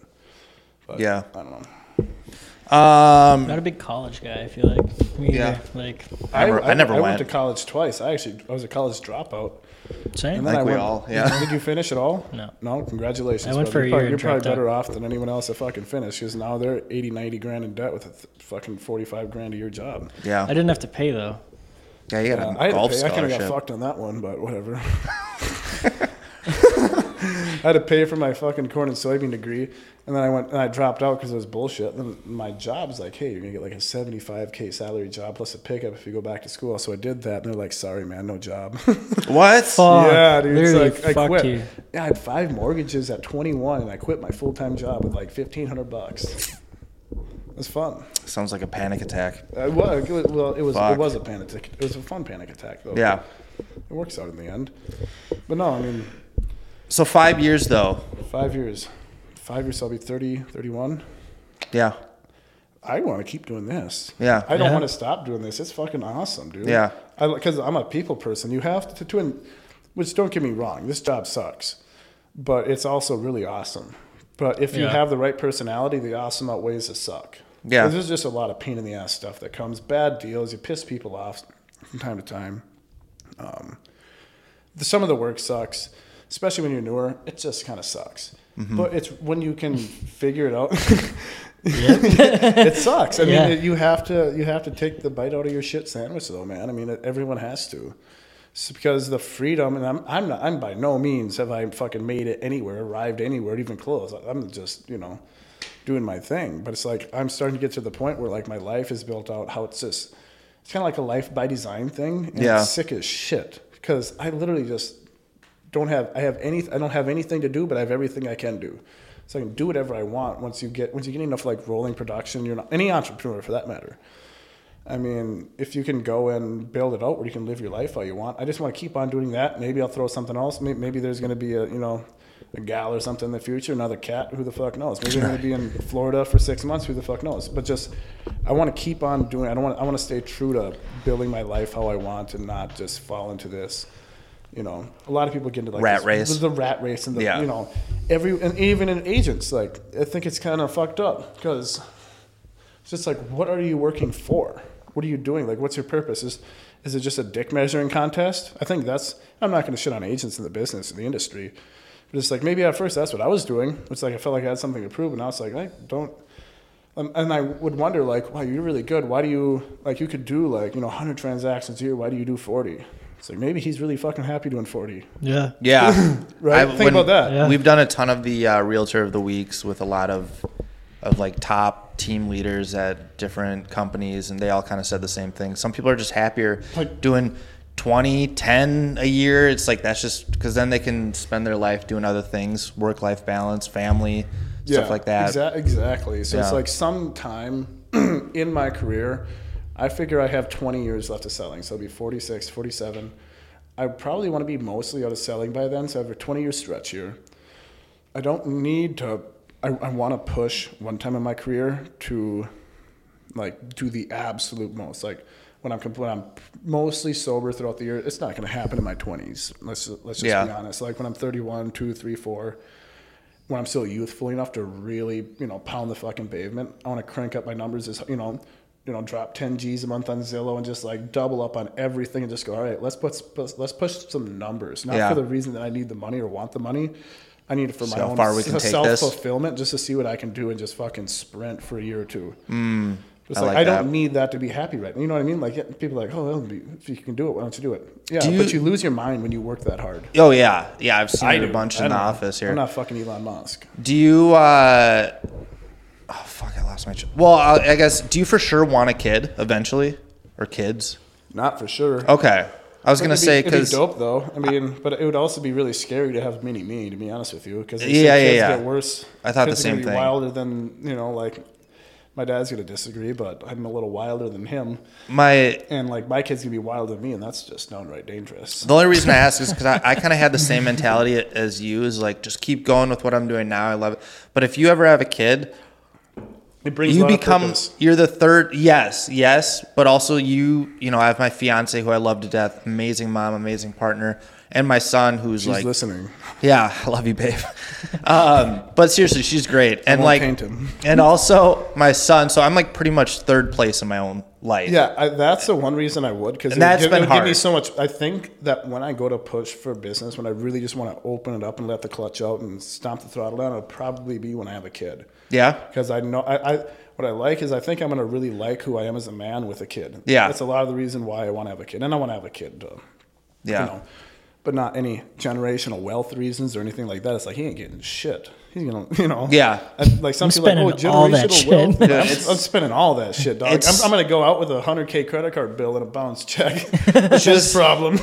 But Yeah. I don't know. uh, um, Not a big college guy. I feel like. Me Yeah. yeah. Like I never- I never I went went. to college twice. I actually I was a college dropout. same. And then Like I we went, all, yeah. Did you finish at all? No. No? Congratulations. I went brother. for a you're year probably, and You're probably dropped out. better off than anyone else that fucking finished because now they're 80, 90 grand in debt with a th- fucking 45 grand a year job. I yeah, didn't have to pay though. yeah, you got Uh, a I, had to golf pay. I kind of got scholarship. fucked on that one, but whatever. I had to pay for my fucking corn and soybean degree, and then I went and I dropped out because it was bullshit. And then my job's like, hey, you're gonna get like a 75k salary job plus a pickup if you go back to school. So I did that, and they're like, sorry, man, no job. What? Fuck. yeah, dude. It's Literally, like, I fuck quit. you. Yeah, I had five mortgages at 21, and I quit my full time job with like 1,500 bucks. It was fun. Sounds like a panic attack. It was, it was- well, it was Fuck. it was a panic. attack. It was a fun panic attack though. Yeah. it works out in the end. But no, I mean, So five years though. five years, five years. I'll be 30, 31. Yeah. I want to keep doing this. Yeah. I don't Yeah. want to stop doing this. It's fucking awesome, dude. Yeah. I because I'm a people person. You have to, to, and which don't get me wrong. This job sucks, but it's also really awesome. But if you Yeah. have the right personality, the awesome outweighs the suck. Yeah. There's just a lot of pain in the ass stuff that comes. Bad deals. You piss people off from time to time. Um, the, some of the work sucks, especially when you're newer. It just kind of sucks. But it's when you can figure it out. it sucks. I Yeah. mean, it- you have to you have to take the bite out of your shit sandwich, though, man. I mean, it, everyone has to. It's because the freedom, and I'm I'm not I'm by no means have I fucking made it anywhere, arrived anywhere, even close. I'm just you know doing my thing. But it's like I'm starting to get to the point where like my life is built out how it's just it's kind of like a life by design thing. And Yeah. It's sick as shit because I literally just don't have I have any I don't have anything to do, but I have everything I can do. So I can do whatever I want once you get once you get enough like rolling production. You're not any entrepreneur for that matter. I mean, if you can go and build it out where you can live your life how you want, I just want to keep on doing that. Maybe I'll throw something else. Maybe, maybe there's going to be a you know a gal or something in the future, another cat. Who the fuck knows? Maybe I'm going to be in Florida for six months. Who the fuck knows? But just I want to keep on doing. I don't want. I want to stay true to building my life how I want and not just fall into this. You know, a lot of people get into like Rat this- race. The rat race and the Yeah. you know every and even in agents like I think it's kind of fucked up because it's just like, what are you working for? What are you doing? Like, what's your purpose? Is is it just a dick measuring contest? I think that's. I'm not going to shit on agents in the business in the industry, but it's like maybe at first that's what I was doing. It's like I felt like I had something to prove, and I was like, I don't. Um, and I would wonder, like, wow, you're really good. Why do you like you could do like you know 100 transactions a year? Why do you do 40? It's like maybe he's really fucking happy doing 40. Yeah. Yeah. Right? Think when- about that. Yeah. We've done a ton of the uh, realtor of the weeks with a lot of of like top team leaders at different companies and they all kind of said the same thing. Some people are just happier Like- doing 20, 10 a year. It's like that's just cuz then they can spend their life doing other things, work-life balance, family, stuff like that. Exa- exactly. So Yeah. it's like sometime in my career, I figure I have 20 years left of selling. So I'll be 46, 47. I probably want to be mostly out of selling by then. So I have a 20 year stretch here. I don't need to, I, I want to push one time in my career to like do the absolute most. Like when I'm compl- when I'm mostly sober throughout the year, it's not going to happen in my 20s. Let's let's just Yeah. be honest. Like when I'm 31, 2, 3, 4, when I'm still youthful enough to really, you know, pound the fucking pavement, I want to crank up my numbers as, you know, you know, drop 10 G's a month on Zillow and just like double up on everything and just go, all right, let's put, let's push some numbers. Not Yeah. for the reason that I need the money or want the money. I need it for my See how own far we can take this. self-fulfillment just to see what I can do and just fucking sprint for a year or two. Just Hmm, I like, like I don't that. need that to be happy right now. You know what I mean? Like yeah, people are like, oh, that'll be, if you can do it, why don't you do it? Yeah, Do but you- you lose your mind when you work that hard. Oh yeah. Yeah, I've seen it a do. bunch I in the don't- office here. I'm not fucking Elon Musk. Do you? uh Oh fuck! I lost my. Tr- well, I, I guess. Do you for sure want a kid eventually, or kids? Not for sure. Okay, I was gonna It'd be- say it'd because be dope though. I mean, but it would also be really scary to have mini me. To be honest with you, because Yeah, yeah, kids yeah. get worse. I thought the Kids are gonna same be thing. Wilder than you know, like my dad's gonna disagree, but I'm a little wilder than him, my and like my kid's gonna be wilder than me, and that's just downright dangerous. The only reason I ask is because I, I kind of had the same mentality as you is like just keep going with what I'm doing now. I love it. But if you ever have a kid, It brings a you lot of become purpose. you're the third. Yes, yes, but also you. You know, I have my fiance who I love to death, amazing mom, amazing partner, and my son who's He's like, listening. yeah, I love you, babe. um, but seriously, she's great. And won't like, paint him. and also my son. So I'm like pretty much third place in my own life. Yeah, I, that's the one reason I would because it, that's would give- it been would give me hard. so much. I think that when I go to push for business, when I really just want to open it up and let the clutch out and stomp the throttle down, it'll probably be when I have a kid. Yeah. because I know I, I what I like is I think I'm gonna really like who I am as a man with a kid. Yeah. that's a lot of the reason why I want to have a kid, and I want to have a kid. To, Yeah. you know, but not any generational wealth reasons or anything like that. It's like he ain't getting shit. He's gonna, you know, Yeah. And, Like some I'm people, are like, oh, spending all that generational shit." wealth. Yeah, I'm, it's- I'm spending all that shit, dog. I'm, It's- I'm gonna go out with a hundred k credit card bill and a bounce check. That's his problem.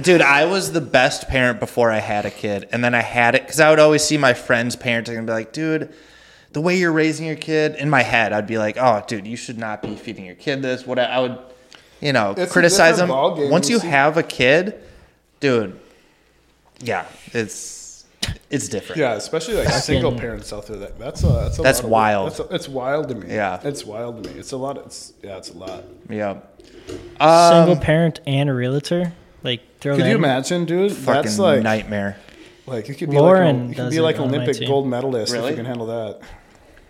Dude, I was the best parent before I had a kid. And then I had it because I would always see my friends' parenting and be like, dude, the way you're raising your kid, in my head, I'd be like, oh, dude, you should not be feeding your kid this. What I, I would, you know, It's a criticize them. different ballgame. Once You you see- have a kid, dude, yeah, it's it's different. yeah, especially like single parents out there. That, that's a that's a That's lot of- wild. That's a, it's wild to me. Yeah. it's wild to me. It's a lot. It's yeah, it's a lot. Yeah. Um, Single parent and a realtor. Like throw Could that you in. imagine, dude? Fucking That's like nightmare. like you could be Lauren like an- you does could be it like an on my Olympic team. gold medalist if Really? you can handle that.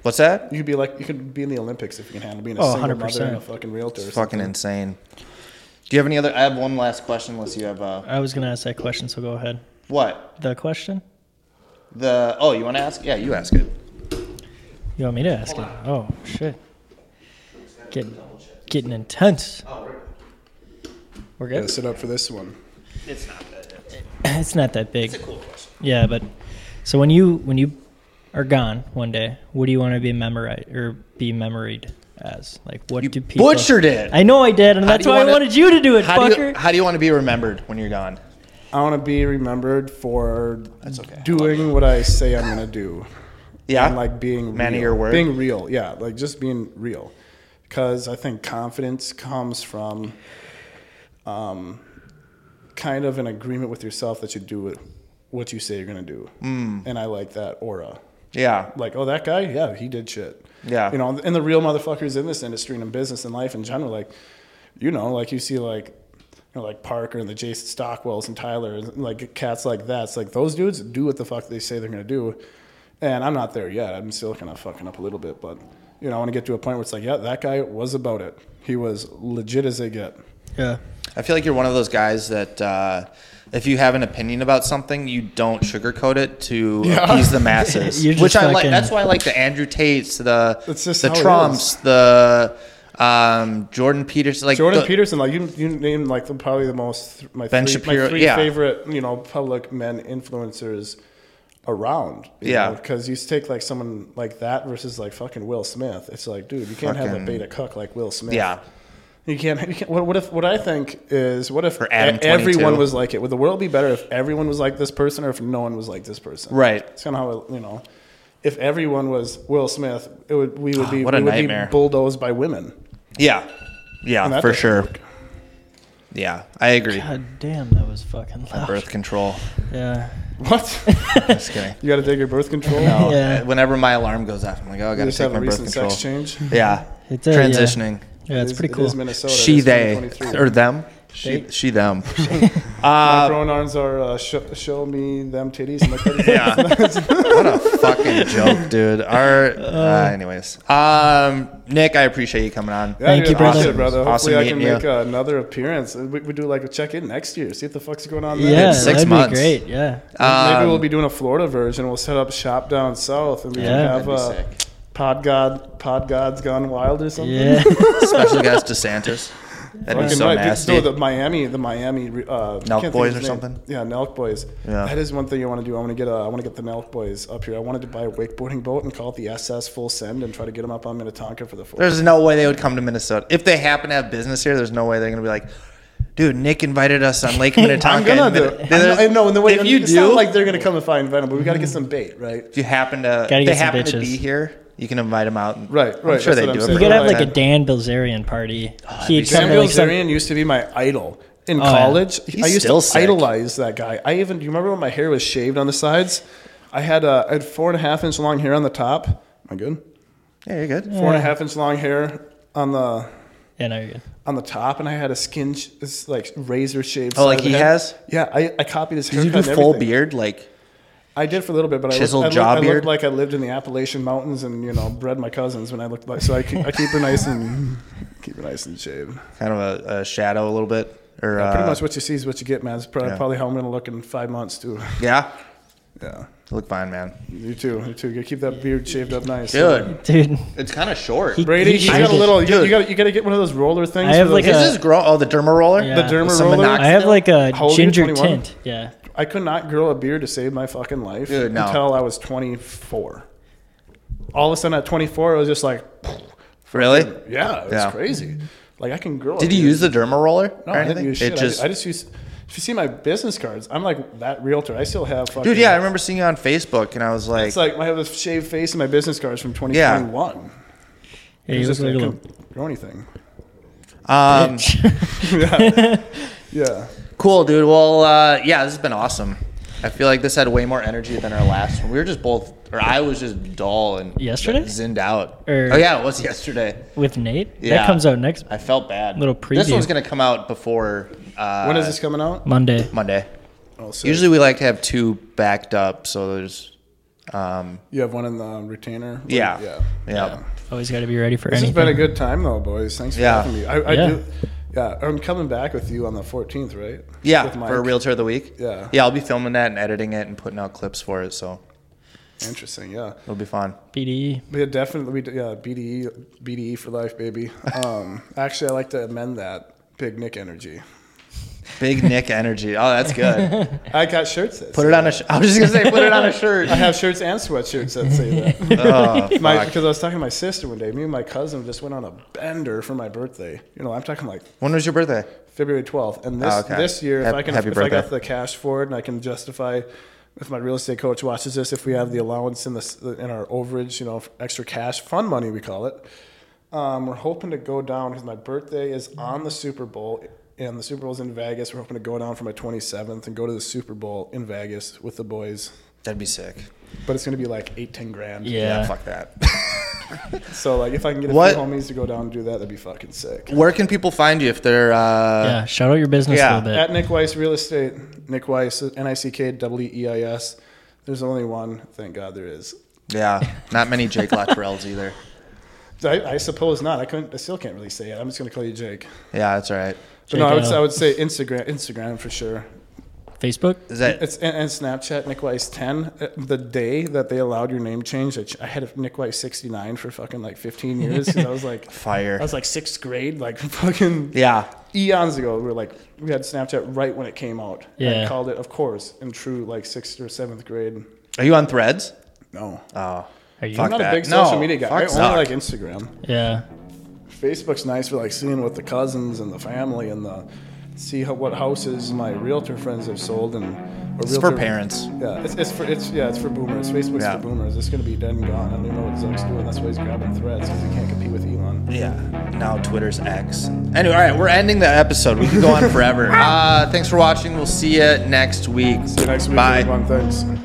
What's that? You could be like you could be in the Olympics if you can handle being a Oh, single mother 100%. and a fucking realtor. or Fucking insane. Do you have any other? I have one last question, unless you have uh, I was gonna ask that question, so go ahead. what The question? the? Oh, you want to ask? Yeah, you ask it. You want me to ask it? Oh shit. Getting getting intense. We're Gotta good. sit up for this one. It's not that. It's not that big. Cool question. Yeah, but so when you when you are gone one day, what do you want to be memorized or be memoried as? Like what You do people butchered it. I know I did, and How that's do you why I wanna- wanted you to do it, How do, fucker. you, how do you want to be remembered when you're gone? I want to be remembered for okay. doing what I say I'm gonna do. Yeah. and like being Man of real. your word. being real. Yeah, like just being real, because I think confidence comes from, um, kind of an agreement with yourself that you do what- what you say you're gonna do. Mm. And I like that aura. yeah. like, oh, that guy, yeah, he did shit. Yeah. You know, and the real motherfuckers in this industry and in business and life in general, like, you know, like you see like, you know, like Parker and the Jason Stockwells and Tyler and like cats like that. It's like those dudes do what the fuck they say they're gonna do. And I'm not there yet. I'm still kind of fucking up a little bit, but you know, I want to get to a point where it's like, yeah, that guy was about it. He was legit as they get. yeah. I feel like you're one of those guys that uh, if you have an opinion about something, you don't sugarcoat it to appease the masses. You're just which I like. fucking- That's why I like the Andrew Tates, the That's just the how it Trumps, the um, Jordan Peterson, like Jordan the- Peterson, like you, you name like the, probably the most my Ben three, Shapiro, my three yeah. favorite you know public men influencers around. you Yeah. because you take like someone like that versus like fucking Will Smith. It's like, dude, you can't have Fucking- a beta cuck like Will Smith. Yeah. you can't. You can't what, what if what I think is what if Or Adam e- everyone 22. was like it? Would the world be better if everyone was like this person or if no one was like this person? Right. It's kind of how it, you know. If everyone was Will Smith, it would we would be Ah, what a we would be nightmare. bulldozed by women. Yeah. And Yeah, that for doesn't sure. work. Yeah, I agree. God damn, that was fucking loud. Birth control. Yeah. What? Just kidding. You got to take your birth control. No, Yeah. uh, Whenever my alarm goes off, I'm like, oh, I You gotta just take have my a birth recent control. sex change. Yeah. It did, yeah. Transitioning. Yeah, It is- it's pretty It cool. is Minnesota. She, It's they, 2023. or them. She, They. she them. My uh, pronouns are uh, sh- show me them titties. And my credit card. yeah. what a fucking joke, dude. Our, uh, anyways. Um, Nick, I appreciate you coming on. Yeah, Thank dude, you, brother. Awesome, brother. Awesome Hopefully, I meeting can you. make uh, another appearance. Uh, We, we do like a check in next year. See what the fuck's going on. Yeah, There. six that'd months. be great. Yeah. Maybe Um, we'll be doing a Florida version. We'll set up shop down south, and we Yeah. can have That'd be uh, sick. Pod God, Pod God's Gone Wild or something. Yeah. Special guest DeSantis. That'd be Fucking so right. nasty. No, the Miami, the Miami re- uh, can't think of Boys his or name. something? Yeah, Nelk Boys. Yeah. That is one thing I want to do. I want to get a, I want to get the Nelk Boys up here. I wanted to buy a wakeboarding boat and call it the SS Full Send and try to get them up on Minnetonka for the fourth. There's no way they would come to Minnesota. If they happen to have business here, there's no way they're gonna be like, dude, Nick invited us on Lake Minnetonka. I'm gonna and do Min- it. I know, there's- I know, and the way if you it's not do, like they're gonna come and find Venom, but we got to get some bait, right? if you happen to, if Gotta get they some happen to bitches. be here, you can invite them out. and- Right, I'm right, sure that's they what do. I'm it saying. You for could have the like a event. Dan Bilzerian party. He'd Sam come to like some- Bilzerian used to be my idol in Oh, yeah. college. He's I used still to sick. idolize that guy. I even do you remember when my hair was shaved on the sides? I had uh, I had four and a half inch long hair on the top. Am I good? Yeah, you're good. Four and a half inch long hair on the Yeah, no, you're good. on the top, and I had a skin sh- this, like razor shaved. Oh, side like of the he head. has? Yeah, I, I copied his Did haircut. you do and full everything. beard? Like, I did for a little bit, but Chiseled I, looked, I, jaw looked, I beard? looked like I lived in the Appalachian Mountains and you know bred my cousins when I looked like. So I keep, I keep her nice and keep her nice and shaved. kind of a, a shadow a little bit, or Pretty uh, much what you see is what you get, man. It's probably, yeah. probably how I'm gonna look in five months too. yeah. Yeah, You look fine, man. you too. You too. You keep that beard shaved up nice, Dude, Dude, it's kind of short. He- Brady, you got shaved a it. little. You got, Dude. you got. You got to get one of those roller things. I have with like those- His is grow. Oh, the derma roller. Yeah. The uh, derma Some roller? minoxidil? I have like a How old are you, ginger 21? tint. Yeah. I could not grow a beard to save my fucking life Dude, no. until I was 24. All of a sudden at 24, it was just like, Really? yeah, it's Yeah. crazy. Like I can grow. a Did you beard. use the derma roller? No, or I didn't anything? use It shit. I just- ju- I, just use. If you see my business cards, I'm like that realtor. I still have fucking. dude, yeah, I remember seeing you on Facebook, and I was like, It's like I have a shaved face in my business cards from 2021. Yeah. Yeah, you look like a little couldn't grow anything. um, bitch. Yeah. cool, dude. Well, uh, yeah, this has been awesome. I feel like this had way more energy than our last one. We were just both, or I was just dull and Yesterday? zoomed out. Or- oh yeah, it was yesterday. with Nate. Yeah. That comes out next I felt bad. Little This preview. one's gonna come out before. Uh, when is this coming out? Monday. Monday. Oh, sick. Usually we like to have two backed up, so there's. Um, you have one in the retainer. yeah. Yeah. Yeah. Always got to be ready for This has anything. been a good time though, boys. Thanks for Yeah. having me. I, I Yeah. do. Yeah, I'm coming back with you on the 14th, right? Yeah, With Mike. for a realtor of the week. Yeah. Yeah, I'll be filming that and editing it and putting out clips for it, so Interesting. Yeah. it'll be fun. PDE. Yeah, definitely. we d- E, Yeah, BDE, BDE for life, baby. Um, actually, I like to amend that. Big Nick energy. Big Nick energy. Oh, that's good. I got shirts. That Put it on a. Sh- I was just gonna say, put it on a shirt. I have shirts and sweatshirts that say that. Oh, My, fuck. because I was talking to my sister one day. Me and my cousin just went on a bender for my birthday. You know, I'm talking like When was your birthday? February 12th. And this Oh, okay. this year, if Hap- I can, happy if I got birthday. the cash for it, and I can justify, if my real estate coach watches this, if we have the allowance in the s- in our overage, you know, extra cash, fun money we call it. Um, we're hoping to go down because my birthday is on the Super Bowl, and the Super Bowl's in Vegas. We're hoping to go down for my 27th and go to the Super Bowl in Vegas with the boys. That'd be sick. But it's going to be like eight, ten grand. Yeah, Yeah. fuck that. So like, if I can get a What- few homies to go down and do that, that'd be fucking sick. Where can people find you if they're? Uh, yeah. Shout out your business yeah. a little bit. At Nick Weiss Real Estate, Nick Weiss, N I C K W E I S. There's only one. Thank God there is. yeah. Not many Jake Latrells either. I, I suppose not. I couldn't. I still can't really say it. I'm just gonna call you Jake. Yeah, that's all right. But no, I would, JKL. I would say Instagram, Instagram for sure. Facebook. Is that? It's and, and Snapchat Nick Weiss 10. Uh, The day that they allowed your name change, I, ch- I had a Nick Weiss 69 for fucking like 15 years. 'cause I was like, I Fire. was like sixth grade, like fucking Yeah. eons ago, we were like, we had Snapchat right when it came out. And Yeah. called it, of course, in true like sixth or seventh grade. Are you on Threads? No. Oh. Are you? I'm Fuck not that. a big No, social media guy. I fuck only Zuck. like Instagram. Yeah. Facebook's nice for like seeing what the cousins and the family and the see how, what houses my realtor friends have sold and or It's for realtor- parents. Yeah, it's, it's for it's yeah it's for boomers. Facebook's Yeah. for boomers. It's gonna be dead and gone. I don't even know what Zuck's doing. That's why he's grabbing threads because he can't compete with Elon. Yeah. Now Twitter's X. Anyway, all right, we're ending the episode. We can go on forever. uh, thanks for watching. We'll see you next week. See you next week, Bye. everyone. Thanks.